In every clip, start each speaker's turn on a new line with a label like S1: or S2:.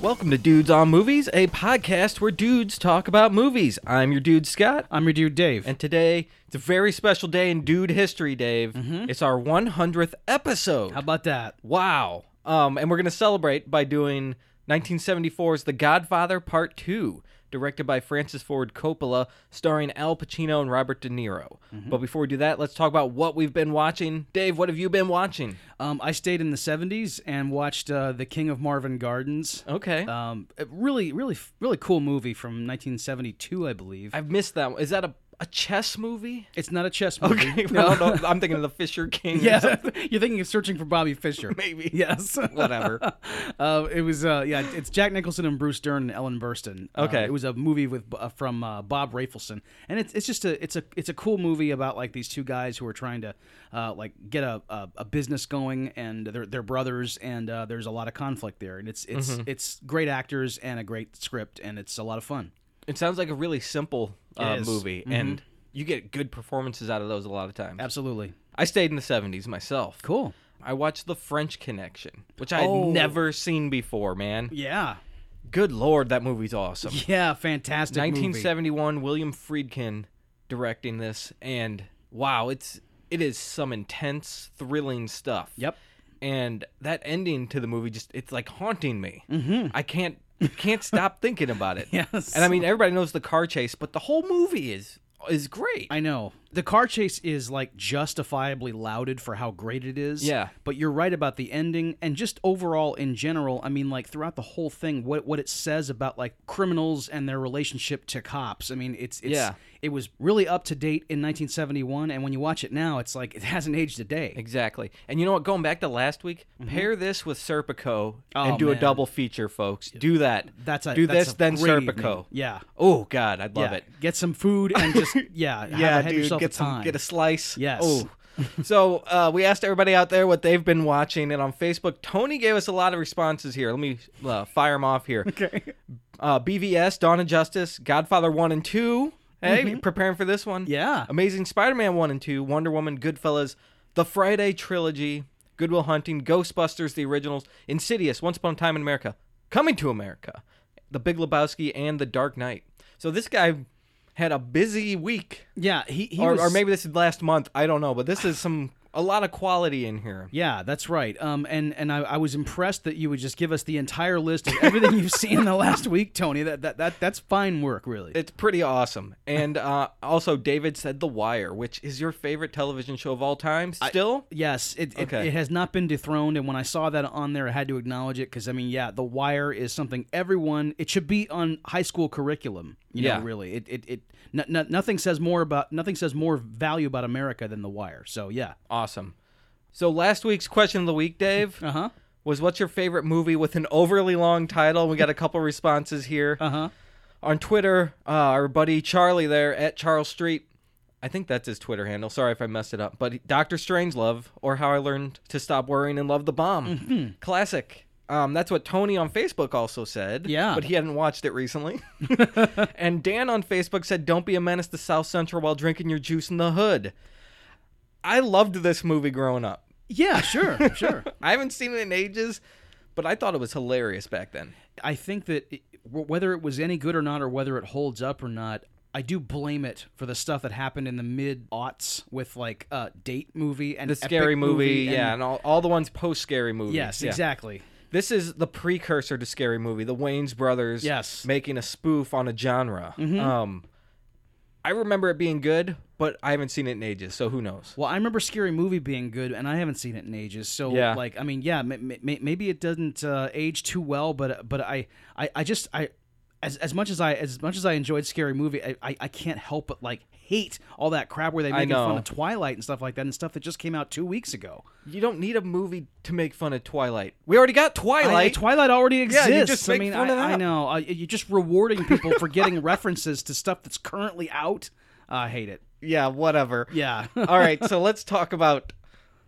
S1: welcome to Dudes on Movies, a podcast where dudes talk about movies. I'm your dude Scott,
S2: I'm your dude, Dave.
S1: and today it's a very special day in dude history, Dave. It's our 100th episode.
S2: How about that?
S1: Wow. Um, and we're going to celebrate by doing 1974's The Godfather Part 2, directed by Francis Ford Coppola, starring Al Pacino and Robert De Niro. But before we do that, let's talk about what we've been watching. Dave, what have you been watching?
S2: Um, I stayed in the '70s and watched uh, The King of Marvin Gardens.
S1: Okay.
S2: Um, a really, really, really cool movie from 1972, I believe.
S1: I've missed that one. Is that a, a chess movie?
S2: It's not a chess movie.
S1: Okay,
S2: No.
S1: I don't know. I'm thinking of the Fisher King. or
S2: yeah,
S1: something.
S2: you're thinking of searching for Bobby Fischer.
S1: maybe.
S2: Yes.
S1: Whatever.
S2: uh, it was uh, yeah. It's Jack Nicholson and Bruce Dern and Ellen Burstyn. Uh,
S1: Okay.
S2: it was a movie with uh, from uh, Bob Rafelson, and it's it's just a it's a it's a cool movie about like these two guys who are trying to uh, like get a, a, a business going, and they're they're brothers, and uh, there's a lot of conflict there, and it's it's it's great actors and a great script, and it's a lot of fun.
S1: It sounds like a really simple uh,
S2: is. Mm-hmm.
S1: movie, and you get good performances out of those a lot of times.
S2: Absolutely
S1: I stayed in the 70s myself.
S2: cool.
S1: I watched The French Connection, which I
S2: Oh.
S1: had never seen before, man.
S2: Yeah,
S1: Good lord, that movie's awesome.
S2: yeah, fantastic. movie.
S1: 1971, William Friedkin directing this, and wow, it's it is some intense, thrilling stuff.
S2: Yep.
S1: And that ending to the movie just it's like haunting me. Mm-hmm. I can't can't stop thinking about it.
S2: Yes.
S1: And I mean, everybody knows the car chase, but the whole movie is is great.
S2: I know. The car chase is like justifiably lauded for how great it is.
S1: Yeah.
S2: But you're right about the ending and just overall in general, I mean like throughout the whole thing what what it says about like criminals and their relationship to cops. I mean, it's it's
S1: Yeah.
S2: it was really up to date in 1971 and when you watch it now, it's like it hasn't aged a day.
S1: Exactly. And you know what? Going back to last week, pair this with Serpico
S2: Mm-hmm. Oh,
S1: and do
S2: man.
S1: a double feature, folks. Do that.
S2: That's a
S1: do
S2: that's
S1: this
S2: a
S1: then
S2: great
S1: Serpico.
S2: evening. Yeah.
S1: Oh God, I'd love
S2: yeah.
S1: it.
S2: Get some food and just yeah, have, have yourself
S1: get
S2: a time.
S1: some, get a slice.
S2: Yes.
S1: Oh. so uh, we asked everybody out there what they've been watching, and on Facebook, Tony gave us a lot of responses here. Let me uh, fire them off here.
S2: Okay.
S1: Uh, BVS, Dawn of Justice, Godfather one and two. Hey, preparing for this one.
S2: Mm-hmm. Yeah.
S1: Amazing Spider-Man 1 and 2, Wonder Woman, Goodfellas, The Friday Trilogy, Goodwill Hunting, Ghostbusters the originals, Insidious, Once Upon a Time in America, Coming to America, The Big Lebowski and The Dark Knight. So this guy had a busy week
S2: Yeah, he, he
S1: or,
S2: was,
S1: or maybe this is last month, I don't know, but this is some a lot of quality in here.
S2: Yeah, that's right. Um, and and I, I was impressed that you would just give us the entire list of everything you've seen in the last week, Tony. That that, that that's fine work, really.
S1: It's pretty awesome. And uh, also David said The Wire, which is your favorite television show of all time still?
S2: yes, it, it-
S1: Okay.
S2: it has not been dethroned. And when I saw that on there, I had to acknowledge it because I mean, yeah, The Wire is something everyone. It should be on high school curriculum. You
S1: Yeah.
S2: know, really. It it, it no, no, nothing says more about nothing says more value about America than The Wire. So yeah.
S1: awesome. So last week's question of the week, Dave.
S2: Uh huh.
S1: was what's your favorite movie with an overly long title? We got a couple responses here.
S2: Uh huh.
S1: On Twitter, uh, our buddy Charlie there at Charles Street, I think that's his Twitter handle. Sorry if I messed it up. But Doctor Strangelove, or How I Learned to Stop Worrying and Love the Bomb.
S2: Mm-hmm.
S1: Classic. Um, that's what Tony on Facebook also said.
S2: Yeah.
S1: But he hadn't watched it recently. and Dan on Facebook said, Don't be a menace to South Central while drinking your juice in the hood. I loved this movie growing up.
S2: Yeah. Sure. Sure.
S1: I haven't seen it in ages, but I thought it was hilarious back then.
S2: I think that it, wh- whether it was any good or not, or whether it holds up or not, I do blame it for the stuff that happened in the mid aughts with like uh, date movie and
S1: The scary
S2: epic
S1: movie, yeah,
S2: and-
S1: and all, all the ones post scary movie.
S2: yes, exactly.
S1: This is the precursor to scary movie. The Wayne's brothers,
S2: Yes. Mm-hmm.
S1: making a spoof on a genre. Um, I remember it being good, but I haven't seen it in ages, so who knows?
S2: Well, I remember Scary Movie being good, and I haven't seen it in ages. So,
S1: Yeah.
S2: like, I mean, yeah, m- m- m- maybe it doesn't uh, age too well, but but I, I, I just I, as, as much as I as much as I enjoyed Scary Movie, I, I, I can't help but like hate all that crap where they
S1: I
S2: making fun
S1: know.
S2: of Twilight and stuff like that, and stuff that just came out two weeks ago.
S1: You don't need a movie to make fun of Twilight. We already got
S2: I-
S1: Twilight.
S2: Twilight already
S1: Yeah,
S2: exists.
S1: you just
S2: I
S1: make
S2: mean,
S1: fun
S2: I,
S1: of
S2: I
S1: that.
S2: know. Uh, you're just rewarding people for getting references to stuff that's currently out. I hate it.
S1: yeah, whatever.
S2: Yeah.
S1: All right, so let's talk about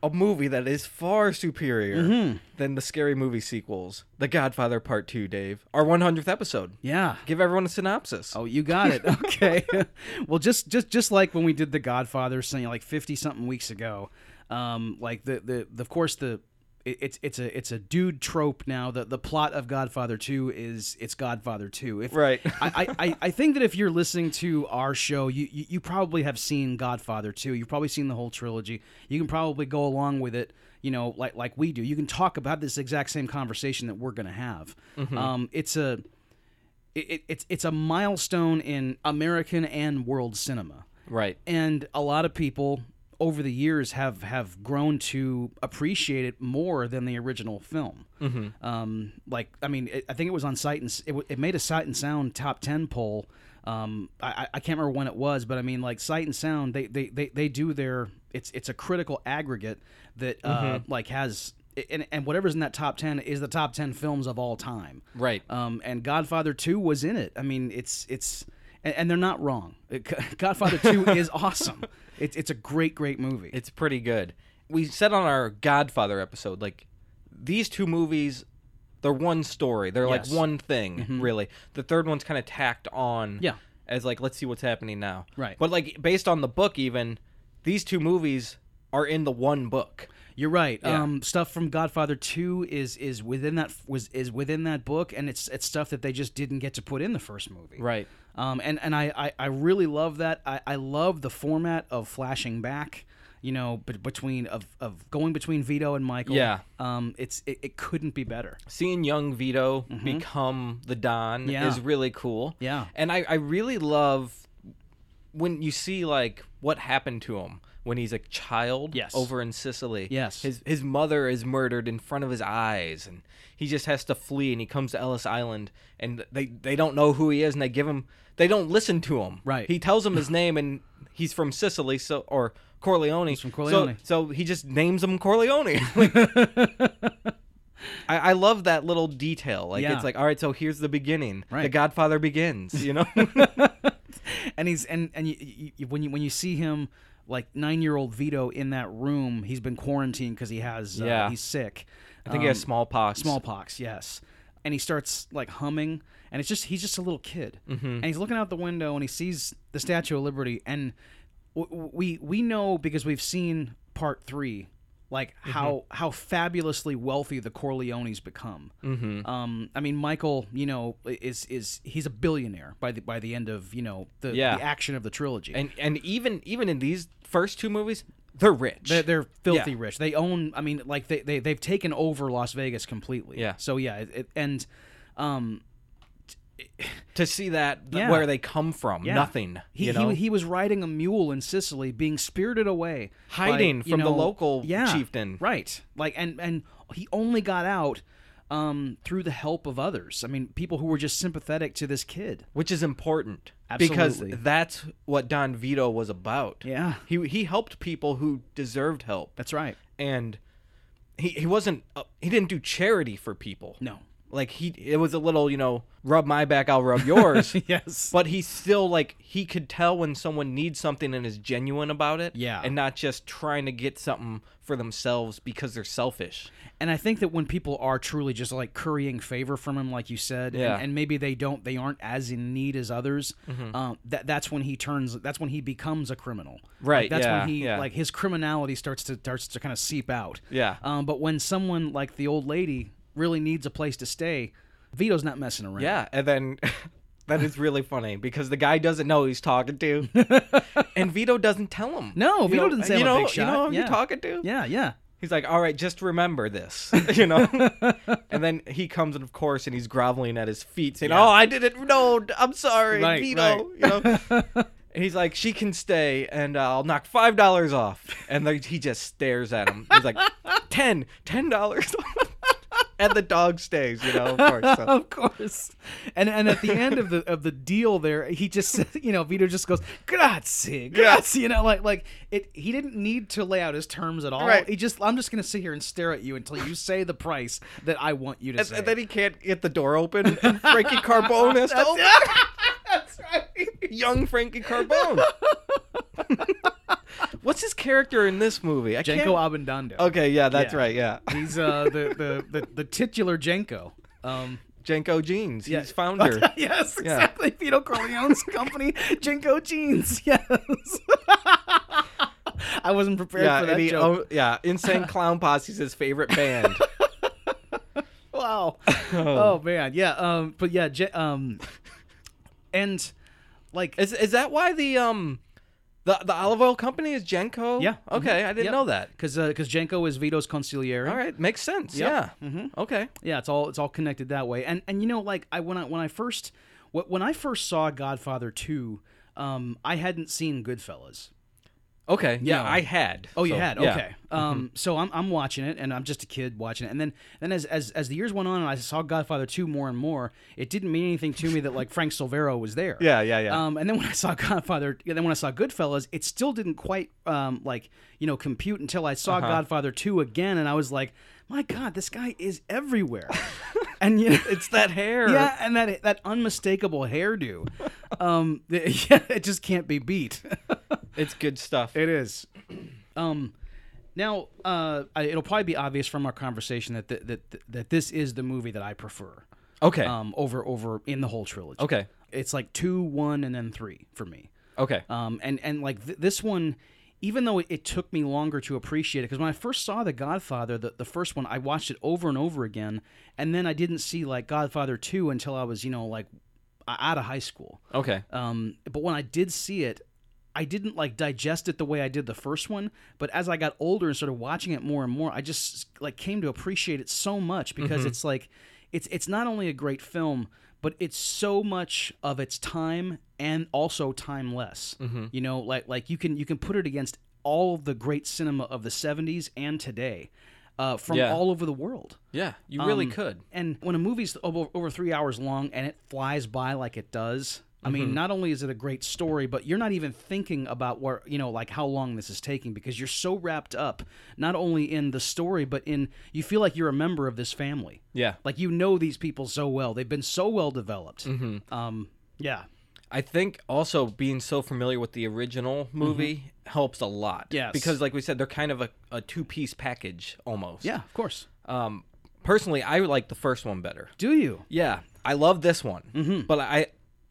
S1: a movie that is far superior
S2: Mm-hmm.
S1: than the scary movie sequels, The Godfather Part 2, Dave. Our 100th episode.
S2: yeah.
S1: Give everyone a synopsis.
S2: Oh, you got it. Okay. well, just just just like when we did The Godfather, saying like fifty something weeks ago, um, like the, the the of course the it, it's it's a it's a dude trope now. The the plot of Godfather Two is it's Godfather Two. If,
S1: Right.
S2: I, I- I I think that if you're listening to our show, you, you you probably have seen Godfather Two. You've probably seen the whole trilogy. You can probably go along with it. You know, like like we do. You can talk about this exact same conversation that we're gonna have. Um, it's a it, it, it's it's a milestone in American and world cinema
S1: Right.
S2: and a lot of people over the years have have grown to appreciate it more than the original film. Um, like, I mean, it, I think it was on Sight and S- it, w- it made a Sight and Sound top ten poll. Um, I, I- I can't remember when it was, but I mean, like Sight and Sound, they they, they, they do their it's it's a critical aggregate that uh, like has and and whatever's in that top ten is the top ten films of all time.
S1: Right.
S2: Um, and Godfather Two was in it. I mean, it's it's and, and they're not wrong. It- Godfather Two is awesome. It's it's a great great movie.
S1: It's pretty good. We said on our Godfather episode, like these two movies, they're one story. They're
S2: Yes. Mm-hmm.
S1: like one thing, really. The third one's kind of tacked on.
S2: Yeah.
S1: As like, let's see what's happening now.
S2: Right.
S1: But like, based on the book, even these two movies are in the one book.
S2: You're right.
S1: Yeah.
S2: Um, stuff from Godfather Two is is within that was is within that book, and it's it's stuff that they just didn't get to put in the first movie.
S1: Right.
S2: Um, and and I, I, I really love that. I, I love the format of flashing back. You know, but between of, of going between Vito and Michael.
S1: Yeah.
S2: Um, it's it, it couldn't be better.
S1: seeing young Vito become the Don
S2: Mm-hmm. Yeah.
S1: is really cool.
S2: Yeah.
S1: And I, I really love when you see like what happened to him when he's a child
S2: Yes.
S1: over in Sicily.
S2: Yes.
S1: His his mother is murdered in front of his eyes and he just has to flee and he comes to Ellis Island and they, they don't know who he is and they give him they don't listen to him.
S2: Right.
S1: He tells him his name and he's from Sicily so or Corleone. He's
S2: from Corleone.
S1: So, so he just names him Corleone. Like, I, I love that little detail. Like
S2: Yeah.
S1: it's like, all right, so here's the beginning. The
S2: Right.
S1: Godfather begins. You know,
S2: and he's and and you, you, you- when you when you see him like nine year old Vito in that room, he's been quarantined because he has uh,
S1: Yeah.
S2: he's sick.
S1: I think he
S2: Um,
S1: has smallpox.
S2: smallpox. Yes, and he starts like humming, and it's just he's just a little kid,
S1: Mm-hmm.
S2: and he's looking out the window and he sees the Statue of Liberty, and w- w- we we know because we've seen part three. Like
S1: Mm-hmm.
S2: how how fabulously wealthy the Corleones become. Mm-hmm. Um, I mean, Michael, you know, is is he's a billionaire by the by the end of you know the,
S1: Yeah.
S2: the action of the trilogy.
S1: and and even even in these first two movies, they're rich.
S2: They're, they're filthy
S1: Yeah.
S2: rich. They own. I mean, like they they they've taken over Las Vegas completely.
S1: Yeah.
S2: So yeah, it, it- and um,
S1: to see that th-
S2: Yeah.
S1: where they come from,
S2: yeah.
S1: nothing.
S2: He,
S1: you know,
S2: he he was riding a mule in Sicily, being spirited away, by,
S1: Hiding
S2: you
S1: from the
S2: know-
S1: local
S2: yeah,
S1: chieftain.
S2: Right. Like and and he only got out um through the help of others. I mean, people who were just sympathetic to this kid.
S1: which is important
S2: Absolutely.
S1: because that's what Don Vito was about.
S2: Yeah.
S1: he he helped people who deserved help,
S2: That's right.
S1: and he he wasn't uh, he didn't do charity for people.
S2: No.
S1: like he it was a little you know rub my back i'll rub yours
S2: Yes.
S1: but he still like he could tell when someone needs something and is genuine about it
S2: Yeah.
S1: and not just trying to get something for themselves because they're selfish
S2: And I think that when people are truly just like currying favor from him, like you said, and-
S1: Yeah. Mm-hmm.
S2: and, maybe they don't, they aren't as in need as others. Um, that that's when he turns. That's when he becomes a criminal. Like,
S1: Right,
S2: that's
S1: yeah,
S2: when he
S1: yeah.
S2: like his criminality starts to starts to kind of seep out.
S1: Yeah.
S2: Um, but when someone like the old lady really needs a place to stay, Vito's not messing around.
S1: yeah and then that is really funny because the guy doesn't know who he's talking to and vito doesn't tell him
S2: No,
S1: You
S2: Vito
S1: know,
S2: doesn't say I'm
S1: you
S2: a
S1: know
S2: big
S1: you
S2: shot."
S1: know who
S2: Yeah.
S1: you're talking to
S2: Yeah. Yeah.
S1: he's like all right just remember this you know and then he comes and of course and he's groveling at his feet saying oh i didn't no i'm sorry
S2: Right,
S1: Vito. you know and he's like she can stay and i'll knock five dollars off and they, he just stares at him he's like ten ten dollars and the dog stays you know of course so.
S2: Of course. And and at the end of the of the deal there, he just says, you know, Vito just goes, "Grazie. Grazie." You know, like like it he didn't need to lay out his terms at all.
S1: Right.
S2: He just I'm just going to sit here and stare at you until you say the price that I want you to say.
S1: and then he can't get the door open and frankie carbone has to open it.
S2: That's right.
S1: young frankie carbone what's his character in this movie i can't
S2: Jenko Abendando.
S1: okay yeah that's
S2: Yeah.
S1: right yeah
S2: He's uh the the the, the titular Jenko. Um
S1: Jenko Jeans. He's founder.
S2: yes, exactly. Vito Corleone's company, Jenko Jeans. Yes. I wasn't prepared
S1: Yeah,
S2: for that
S1: and he,
S2: joke.
S1: oh, yeah, Insane Clown Posse is his favorite band.
S2: wow. oh man, yeah. Um, but yeah, Je- um, and like
S1: is is that why the um the the olive oil company is Genco?
S2: Yeah. Mm-hmm.
S1: Okay, I didn't
S2: Yep.
S1: know that.
S2: because because Jenko is Vito's consigliere.
S1: All right, makes sense. Yeah. Mm-hmm. Okay.
S2: Yeah, it's all it's all connected that way. And and you know, like I when I when I first wh- when I first saw Godfather two, um, I hadn't seen Goodfellas.
S1: Okay. Yeah,
S2: No.
S1: I had.
S2: Oh, you
S1: so,
S2: had
S1: yeah. Mm-hmm.
S2: okay. Um, so I'm, I'm watching it, and I'm just a kid watching it, and then then as, as as the years went on, and I saw Godfather two more and more, it didn't mean anything to me that like Frank Silvero was there.
S1: Yeah, yeah, yeah.
S2: Um, and then when I saw Godfather, and then when I saw Goodfellas, it still didn't quite um like you know compute until I saw
S1: Uh-huh.
S2: Godfather two again, and I was like, my God, this guy is everywhere, and you know,
S1: It's that hair.
S2: yeah, and that that unmistakable hairdo, um, yeah, it just can't be beat.
S1: It's good stuff.
S2: It is. Um, now, uh, I, it'll probably be obvious from our conversation that th- that th- that this is the movie that I prefer.
S1: okay.
S2: Um, over over in the whole trilogy.
S1: Okay.
S2: It's like two, one, and then three for me.
S1: okay.
S2: Um, and and like th- this one, even though it, it took me longer to appreciate it, because when I first saw The Godfather, the, the first one, I watched it over and over again, and then I didn't see like Godfather two until I was you know like o- out of high school.
S1: okay.
S2: Um, but when I did see it, I didn't like digest it the way I did the first one. But as I got older and started watching it more and more, I just like came to appreciate it so much because it's like it's it's not only a great film, but it's so much of its time and also timeless. You know, like like you can you can put it against all of the great cinema of the '70s and today. Uh, from
S1: Yeah.
S2: all over the world.
S1: Yeah, you really
S2: Um,
S1: could.
S2: And when a movie's over, over three hours long and it flies by like it does, I mean, not only is it a great story, but you're not even thinking about where you know, like how long this is taking because you're so wrapped up not only in the story, but in you feel like you're a member of this family.
S1: Yeah.
S2: Like you know these people so well; they've been so well developed. Um, yeah,
S1: I think also being so familiar with the original movie helps a lot.
S2: Mm-hmm. Yes.
S1: Because like we said, they're kind of a, a two piece package almost.
S2: yeah, of course.
S1: Um personally I like the first one better.
S2: Do you?
S1: Yeah. I love this one. Mm-hmm. But I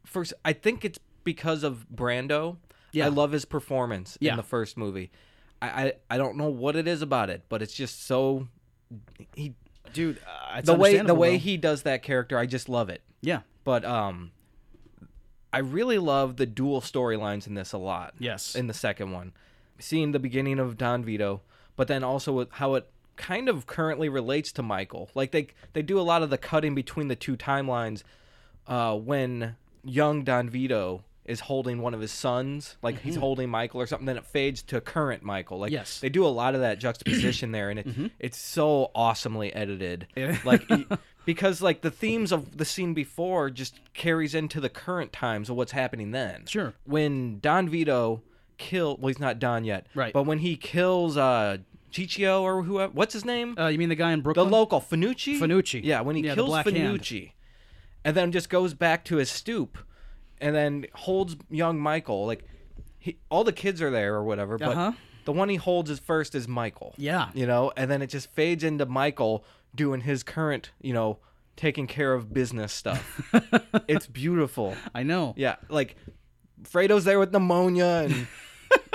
S1: first I think it's because of Brando.
S2: Yeah.
S1: I love his performance
S2: Yeah.
S1: in the first movie. I, I I don't know what it is about it, but it's just so he
S2: dude. Uh, it's
S1: the way the
S2: understandable,
S1: way
S2: though.
S1: he does that character, I just love it.
S2: yeah,
S1: But um I really love the dual storylines in this a lot.
S2: Yes.
S1: In the second one. Seeing the beginning of Don Vito, but then also with how it kind of currently relates to Michael. Like they they do a lot of the cutting between the two timelines uh when young Don Vito is holding one of his sons, like he's holding Michael or something, then it fades to current Michael. Like
S2: Mm-hmm. Yes. Mm-hmm.
S1: they do a lot of that juxtaposition there and it, it's so awesomely edited like y- because like the themes of the scene before just carries into the current times of what's happening then
S2: Sure.
S1: when don vito kill well he's not don yet
S2: Right.
S1: but when he kills uh Ciccio or whoever what's his name
S2: uh, you mean the guy in
S1: the
S2: Brooklyn?
S1: local Finucci.
S2: Finucci.
S1: Yeah, when he
S2: Yeah, the
S1: kills
S2: Black Hand.
S1: Finucci, and then just goes back to his stoop, and then holds young Michael. Like, he, all the kids are there or whatever, but
S2: Uh-huh.
S1: the one he holds is first is Michael.
S2: Yeah.
S1: you know, and then it just fades into Michael doing his current, you know, taking care of business stuff. it's beautiful.
S2: I know.
S1: Yeah, like Fredo's there with pneumonia and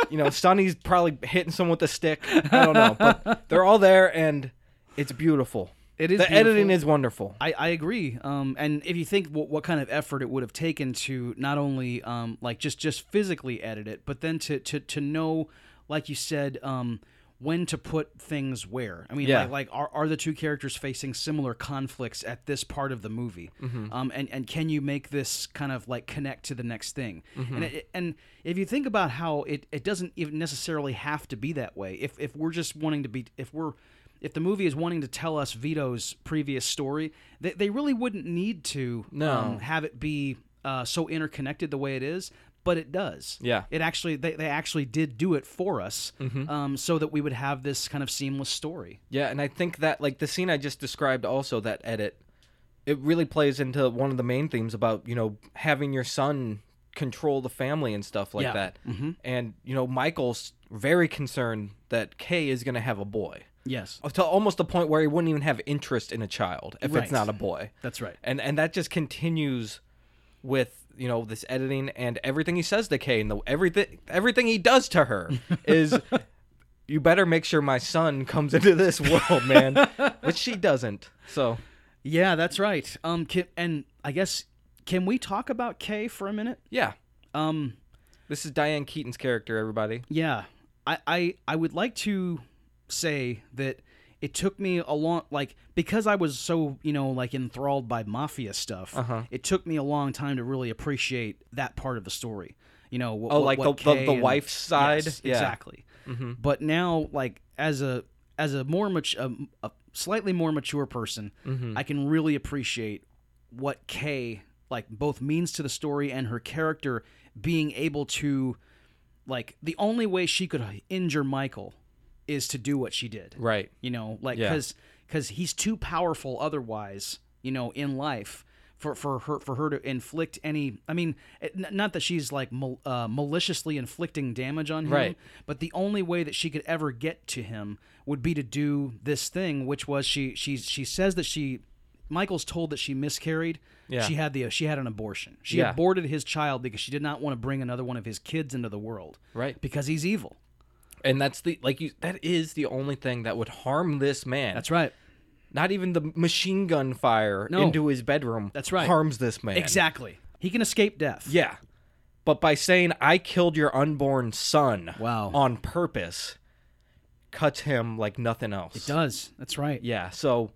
S1: you know, Sonny's probably hitting someone with a stick. I don't know, but they're all there and it's beautiful.
S2: It is
S1: The editing
S2: beautiful.
S1: is wonderful.
S2: I, I agree. Um, and if you think what, what kind of effort it would have taken to not only um, like just just physically edit it, but then to to, to know, like you said, um, when to put things where. I mean,
S1: Yeah.
S2: like, like are, are the two characters facing similar conflicts at this part of the movie? Um, and and can you make this kind of like connect to the next thing? And it, and if you think about how it it doesn't even necessarily have to be that way. If if we're just wanting to be if we're if the movie is wanting to tell us Vito's previous story, they, they really wouldn't need to um, have it be uh, so interconnected the way it is, but it does.
S1: Yeah.
S2: It actually, they, they actually did do it for us um, so that we would have this kind of seamless story.
S1: Yeah, and I think that like the scene I just described also that edit it really plays into one of the main themes about, you know, having your son control the family and stuff like
S2: Yeah.
S1: that. Mm-hmm. And you know, Michael's very concerned that Kay is going to have a boy.
S2: Yes.
S1: to almost the point where he wouldn't even have interest in a child if
S2: Right.
S1: it's not a boy.
S2: That's right.
S1: And and that just continues with you know this editing and everything he says to Kay and the everything everything he does to her is you better make sure my son comes into this world, man. Which she doesn't. So
S2: Yeah, that's right. Um, can, and I guess can we talk about Kay for a minute?
S1: yeah,
S2: Um,
S1: this is Diane Keaton's character. Everybody.
S2: yeah, I, I, I would like to say that it took me a long, like, because I was so, you know, like enthralled by mafia stuff.
S1: Uh-huh.
S2: It took me a long time to really appreciate that part of the story. You know, what,
S1: Oh,
S2: what-
S1: like
S2: what
S1: the- the-
S2: Kay
S1: the
S2: and-
S1: wife's side?
S2: Yes,
S1: Yeah. Mm-hmm.
S2: exactly. But now, like, as a as a more much a, a slightly more mature person,
S1: Mm-hmm.
S2: I can really appreciate what Kay like both means to the story and her character being able to like the only way she could injure Michael is to do what she did.
S1: Right.
S2: You know, like
S1: Yeah.
S2: because because he's too powerful otherwise. You know, in life for for her for her to inflict any. I mean, it- n- not that she's like mal- uh, maliciously inflicting damage on him,
S1: Right.
S2: but the only way that she could ever get to him would be to do this thing, which was she she she says that she. Michael's told that she miscarried.
S1: Yeah.
S2: She had the she had an abortion. She
S1: Yeah.
S2: aborted his child because she did not want to bring another one of his kids into the world.
S1: Right.
S2: Because he's evil.
S1: And that's the like you. That is the only thing that would harm this man.
S2: That's right.
S1: Not even the machine gun fire
S2: No.
S1: into his bedroom.
S2: That's right.
S1: Harms this man.
S2: Exactly. He can escape death.
S1: Yeah. But by saying I killed your unborn son
S2: Wow.
S1: on purpose cuts him like nothing else.
S2: It does. That's right.
S1: Yeah. So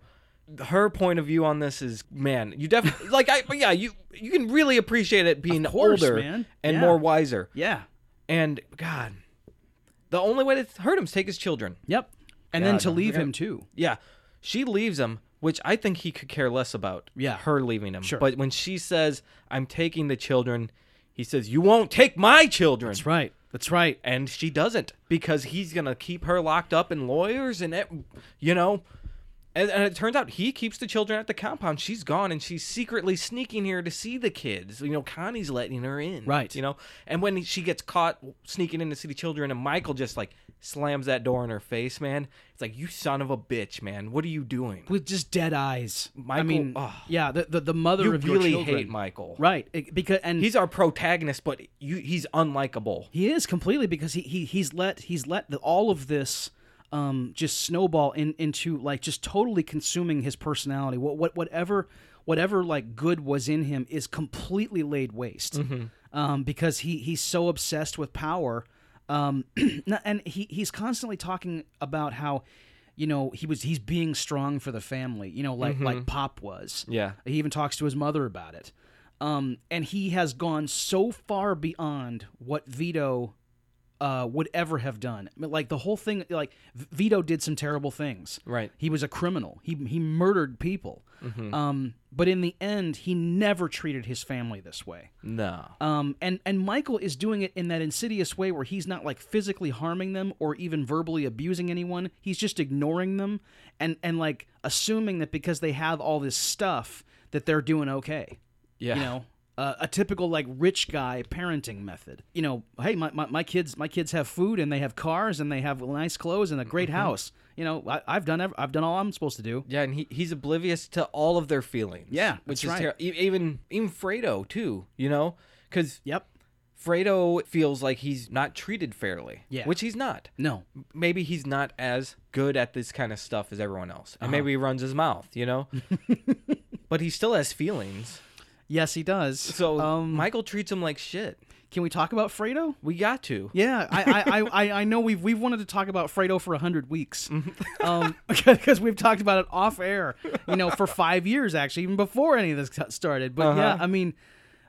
S1: her point of view on this is man, you definitely like I yeah, you you can really appreciate it being
S2: course,
S1: older
S2: man.
S1: and
S2: Yeah.
S1: more wiser.
S2: Yeah.
S1: And god, the only way to hurt him is take his children.
S2: Yep. And then
S1: God,
S2: to
S1: I
S2: leave
S1: forgot-
S2: him too.
S1: Yeah. She leaves him, which I think he could care less about.
S2: Yeah.
S1: Her leaving him.
S2: Sure.
S1: But when she says, I'm taking the children, he says, You won't take my children.
S2: That's right. That's right.
S1: And she doesn't because he's going to keep her locked up in lawyers and, it, you know. And, and it turns out he keeps the children at the compound. She's gone and she's secretly sneaking here to see the kids. You know, Connie's letting her in.
S2: Right.
S1: You know, and when she gets caught sneaking in to see the children and Michael just like slams that door in her face, man, it's like, you son of a bitch, man. What are you doing?
S2: With just dead eyes. I
S1: Michael-
S2: mean,
S1: oh.
S2: yeah, the, the, the mother
S1: You
S2: of
S1: really
S2: your children.
S1: hate Michael.
S2: Right. It- because and
S1: He's our protagonist, but you, he's unlikable.
S2: he is completely because he, he he's let he's let the, all of this um just snowball in into like just totally consuming his personality. What what whatever whatever like good was in him is completely laid waste. Um because he he's so obsessed with power. Um no- and he he's constantly talking about how you know he was he's being strong for the family, you know, like like Pop was.
S1: Yeah.
S2: He even talks to his mother about it. Um, and he has gone so far beyond what Vito uh, would ever have done. I mean, Like the whole thing, like V- Vito did some terrible things.
S1: Right.
S2: He was a criminal. He he murdered people. Um, but in the end, he never treated his family this way.
S1: No.
S2: Um, and and Michael is doing it in that insidious way where he's not like physically harming them or even verbally abusing anyone. He's just ignoring them and and like assuming that because they have all this stuff that they're doing okay.
S1: Yeah.
S2: You know, uh, a typical like rich guy parenting method. You know, hey, my, my, my kids my kids have food and they have cars and they have nice clothes and a great
S1: Mm-hmm.
S2: house. You know, I, I've done ev- I've done all I'm supposed to do.
S1: Yeah, and he, he's oblivious to all of their feelings.
S2: Yeah,
S1: which
S2: that's
S1: is
S2: right.
S1: terri- e- even even Fredo too. You know, because
S2: Yep.
S1: Fredo feels like he's not treated fairly.
S2: Yeah.
S1: which he's not.
S2: No.
S1: Maybe he's not as good at this kind of stuff as everyone else, and maybe he
S2: Uh-huh.
S1: runs his mouth. You know, but he still has feelings.
S2: Yes, he does.
S1: So
S2: um,
S1: Michael treats him like shit.
S2: can we talk about Fredo?
S1: We got to.
S2: Yeah, I, I, I- I, I know we've we've wanted to talk about Fredo for hundred weeks, Um, because we've talked about it off air, you know, for five years actually, even before any of this got started. But yeah, I mean,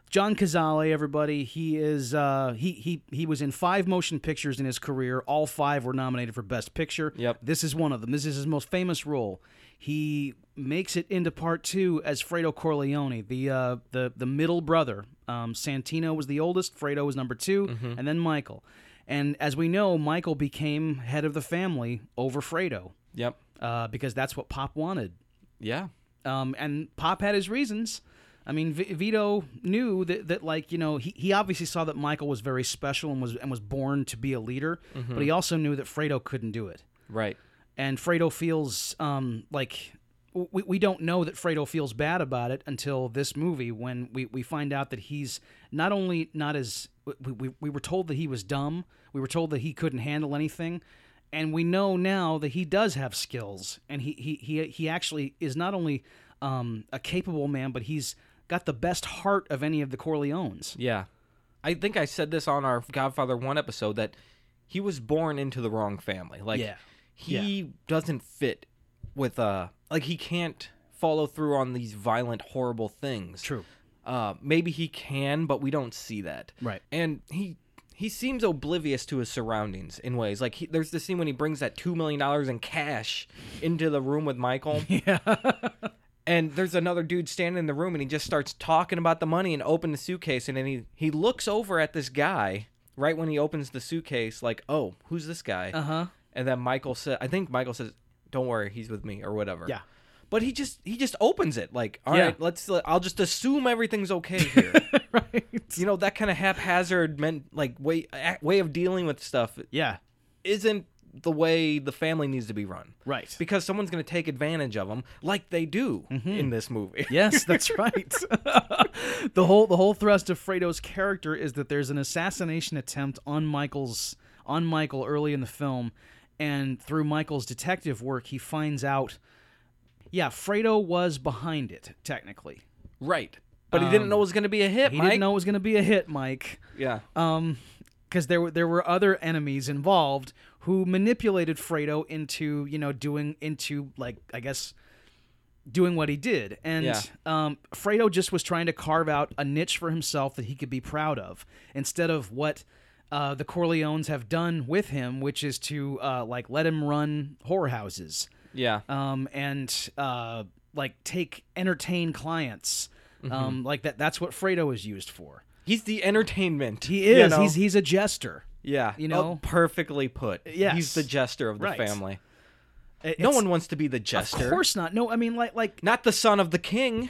S2: John Cazale, everybody, he is uh, he he he was in five motion pictures in his career. All five were nominated for Best Picture.
S1: Yep.
S2: this is one of them. This is his most famous role. He makes it into part two as Fredo Corleone, the uh, the the middle brother. Um, Santino was the oldest. Fredo was number 2 and then Michael. And as we know, Michael became head of the family over Fredo
S1: Yep.
S2: uh, because that's what Pop wanted.
S1: Yeah.
S2: Um, and Pop had his reasons. I mean, v- Vito knew that, that like you know he, he obviously saw that Michael was very special and was and was born to be a leader, but he also knew that Fredo couldn't do it
S1: Right.
S2: and Fredo feels um, like we, we don't know that Fredo feels bad about it until this movie when we, we find out that he's not only not as we, we, we were told that he was dumb, we were told that he couldn't handle anything, and we know now that he does have skills and he he he, he actually is not only um, a capable man but he's got the best heart of any of the corleones
S1: Yeah. I think I said this on our Godfather 1 episode that he was born into the wrong family. Like
S2: Yeah.
S1: he doesn't fit with uh like he can't follow through on these violent horrible things.
S2: True.
S1: Uh maybe he can, but we don't see that.
S2: Right.
S1: And he he seems oblivious to his surroundings in ways. Like he, there's the scene when he brings that 2 million dollars in cash into the room with Michael.
S2: yeah
S1: and there's another dude standing in the room and he just starts talking about the money and open the suitcase and then he he looks over at this guy right when he opens the suitcase like oh who's this guy
S2: uh-huh
S1: and then michael said i think michael says don't worry he's with me or whatever
S2: Yeah.
S1: but he just he just opens it like all
S2: Yeah.
S1: right, let's let, i'll just assume everything's okay here
S2: right
S1: you know that kind of haphazard meant like way a- way of dealing with stuff
S2: yeah
S1: isn't the way the family needs to be run
S2: right Mm-hmm.
S1: because someone's going to take advantage of them like they do in this movie
S2: Yes, that's right. the whole the whole thrust of Fredo's character is that there's an assassination attempt on Michael's on Michael early in the film, and through Michael's detective work, he finds out. Yeah, Fredo was behind it technically.
S1: Right. But he didn't know it was going to be a hit,
S2: Um, He
S1: Mike.
S2: didn't know it was going to be a hit, Mike,
S1: Yeah.
S2: because Um, there were there were other enemies involved who manipulated Fredo into you know doing into like I guess doing what he did. And
S1: Yeah.
S2: um, Fredo just was trying to carve out a niche for himself that he could be proud of instead of what uh, the Corleones have done with him, which is to uh, like let him run whorehouses
S1: yeah.
S2: um, and uh, like take entertain clients. Um, like that that's what Fredo is used for.
S1: He's the entertainment.
S2: He
S1: you
S2: is
S1: know?
S2: he's he's a jester.
S1: yeah. Oh,
S2: you know?
S1: perfectly put. Yeah. He's
S2: Yes.
S1: the jester of the
S2: Right.
S1: family.
S2: It-
S1: No
S2: it's-
S1: one wants to be the
S2: Of
S1: jester.
S2: course not. No, I mean like like
S1: Not the son of the king.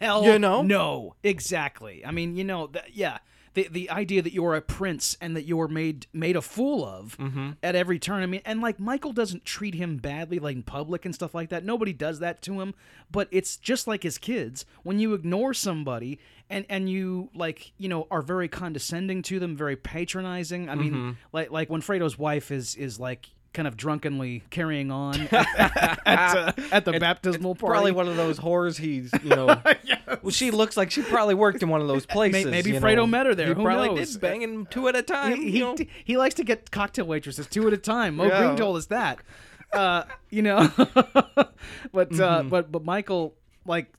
S2: hell.
S1: You know?
S2: No, exactly. I mean, you know, th- yeah. The the idea that you're a prince and that you're made made a fool of
S1: Mm-hmm.
S2: at every turn. I mean, and like Michael doesn't treat him badly like in public and stuff like that. Nobody does that to him. But it's just like his kids. When you ignore somebody and and you like you know are very condescending to them, very patronizing. I mean,
S1: Mm-hmm.
S2: like like when Fredo's wife is is like kind of drunkenly carrying on at, at, uh, at the baptismal party.
S1: probably one of those whores he's, you know. Well, she looks like she probably worked in one of those places.
S2: maybe
S1: you
S2: Fredo
S1: know.
S2: met her there.
S1: He
S2: Who
S1: probably
S2: knows?
S1: did banging two at a time.
S2: he,
S1: you know?
S2: he, he likes to get cocktail waitresses two at a time. Mo
S1: Yeah.
S2: Green told us that. Uh, you know, but
S1: Mm-hmm.
S2: uh, but but Michael like.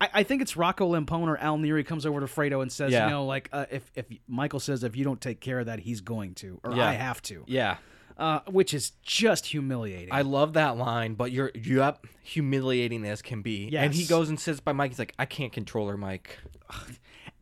S2: I, I think it's Rocco Lampone or Al Neary comes over to Fredo and says,
S1: Yeah.
S2: you know, like uh, if if Michael says if you don't take care of that, he's going to, or
S1: Yeah.
S2: I have to,
S1: yeah.
S2: uh, which is just humiliating.
S1: I love that line, but you're yep, humiliating as can be. And he
S2: Yes.
S1: goes and sits by Mike. He's like, I can't control her, Mike.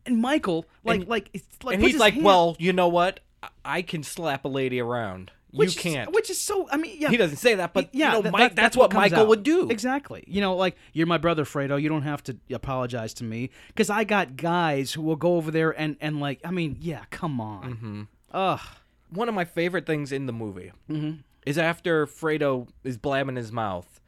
S2: and Michael, like like, it's like
S1: and
S2: puts
S1: he's
S2: his
S1: like,
S2: hand-
S1: "Well, you know what? I- I can slap a lady around.
S2: which
S1: you
S2: is-
S1: can't."
S2: which is so. I mean, yeah,
S1: he doesn't say that, but
S2: yeah,
S1: you know,
S2: that-
S1: Mike,
S2: that-
S1: that's, what,
S2: comes
S1: Michael
S2: out.
S1: would do.
S2: Exactly. You know, like you're my brother, Fredo. You don't have to apologize to me because I got guys who will go over there and and like, I mean, yeah, come on. Ugh.
S1: One of my favorite things in the movie
S2: Mm-hmm.
S1: is after Fredo is blabbing his mouth,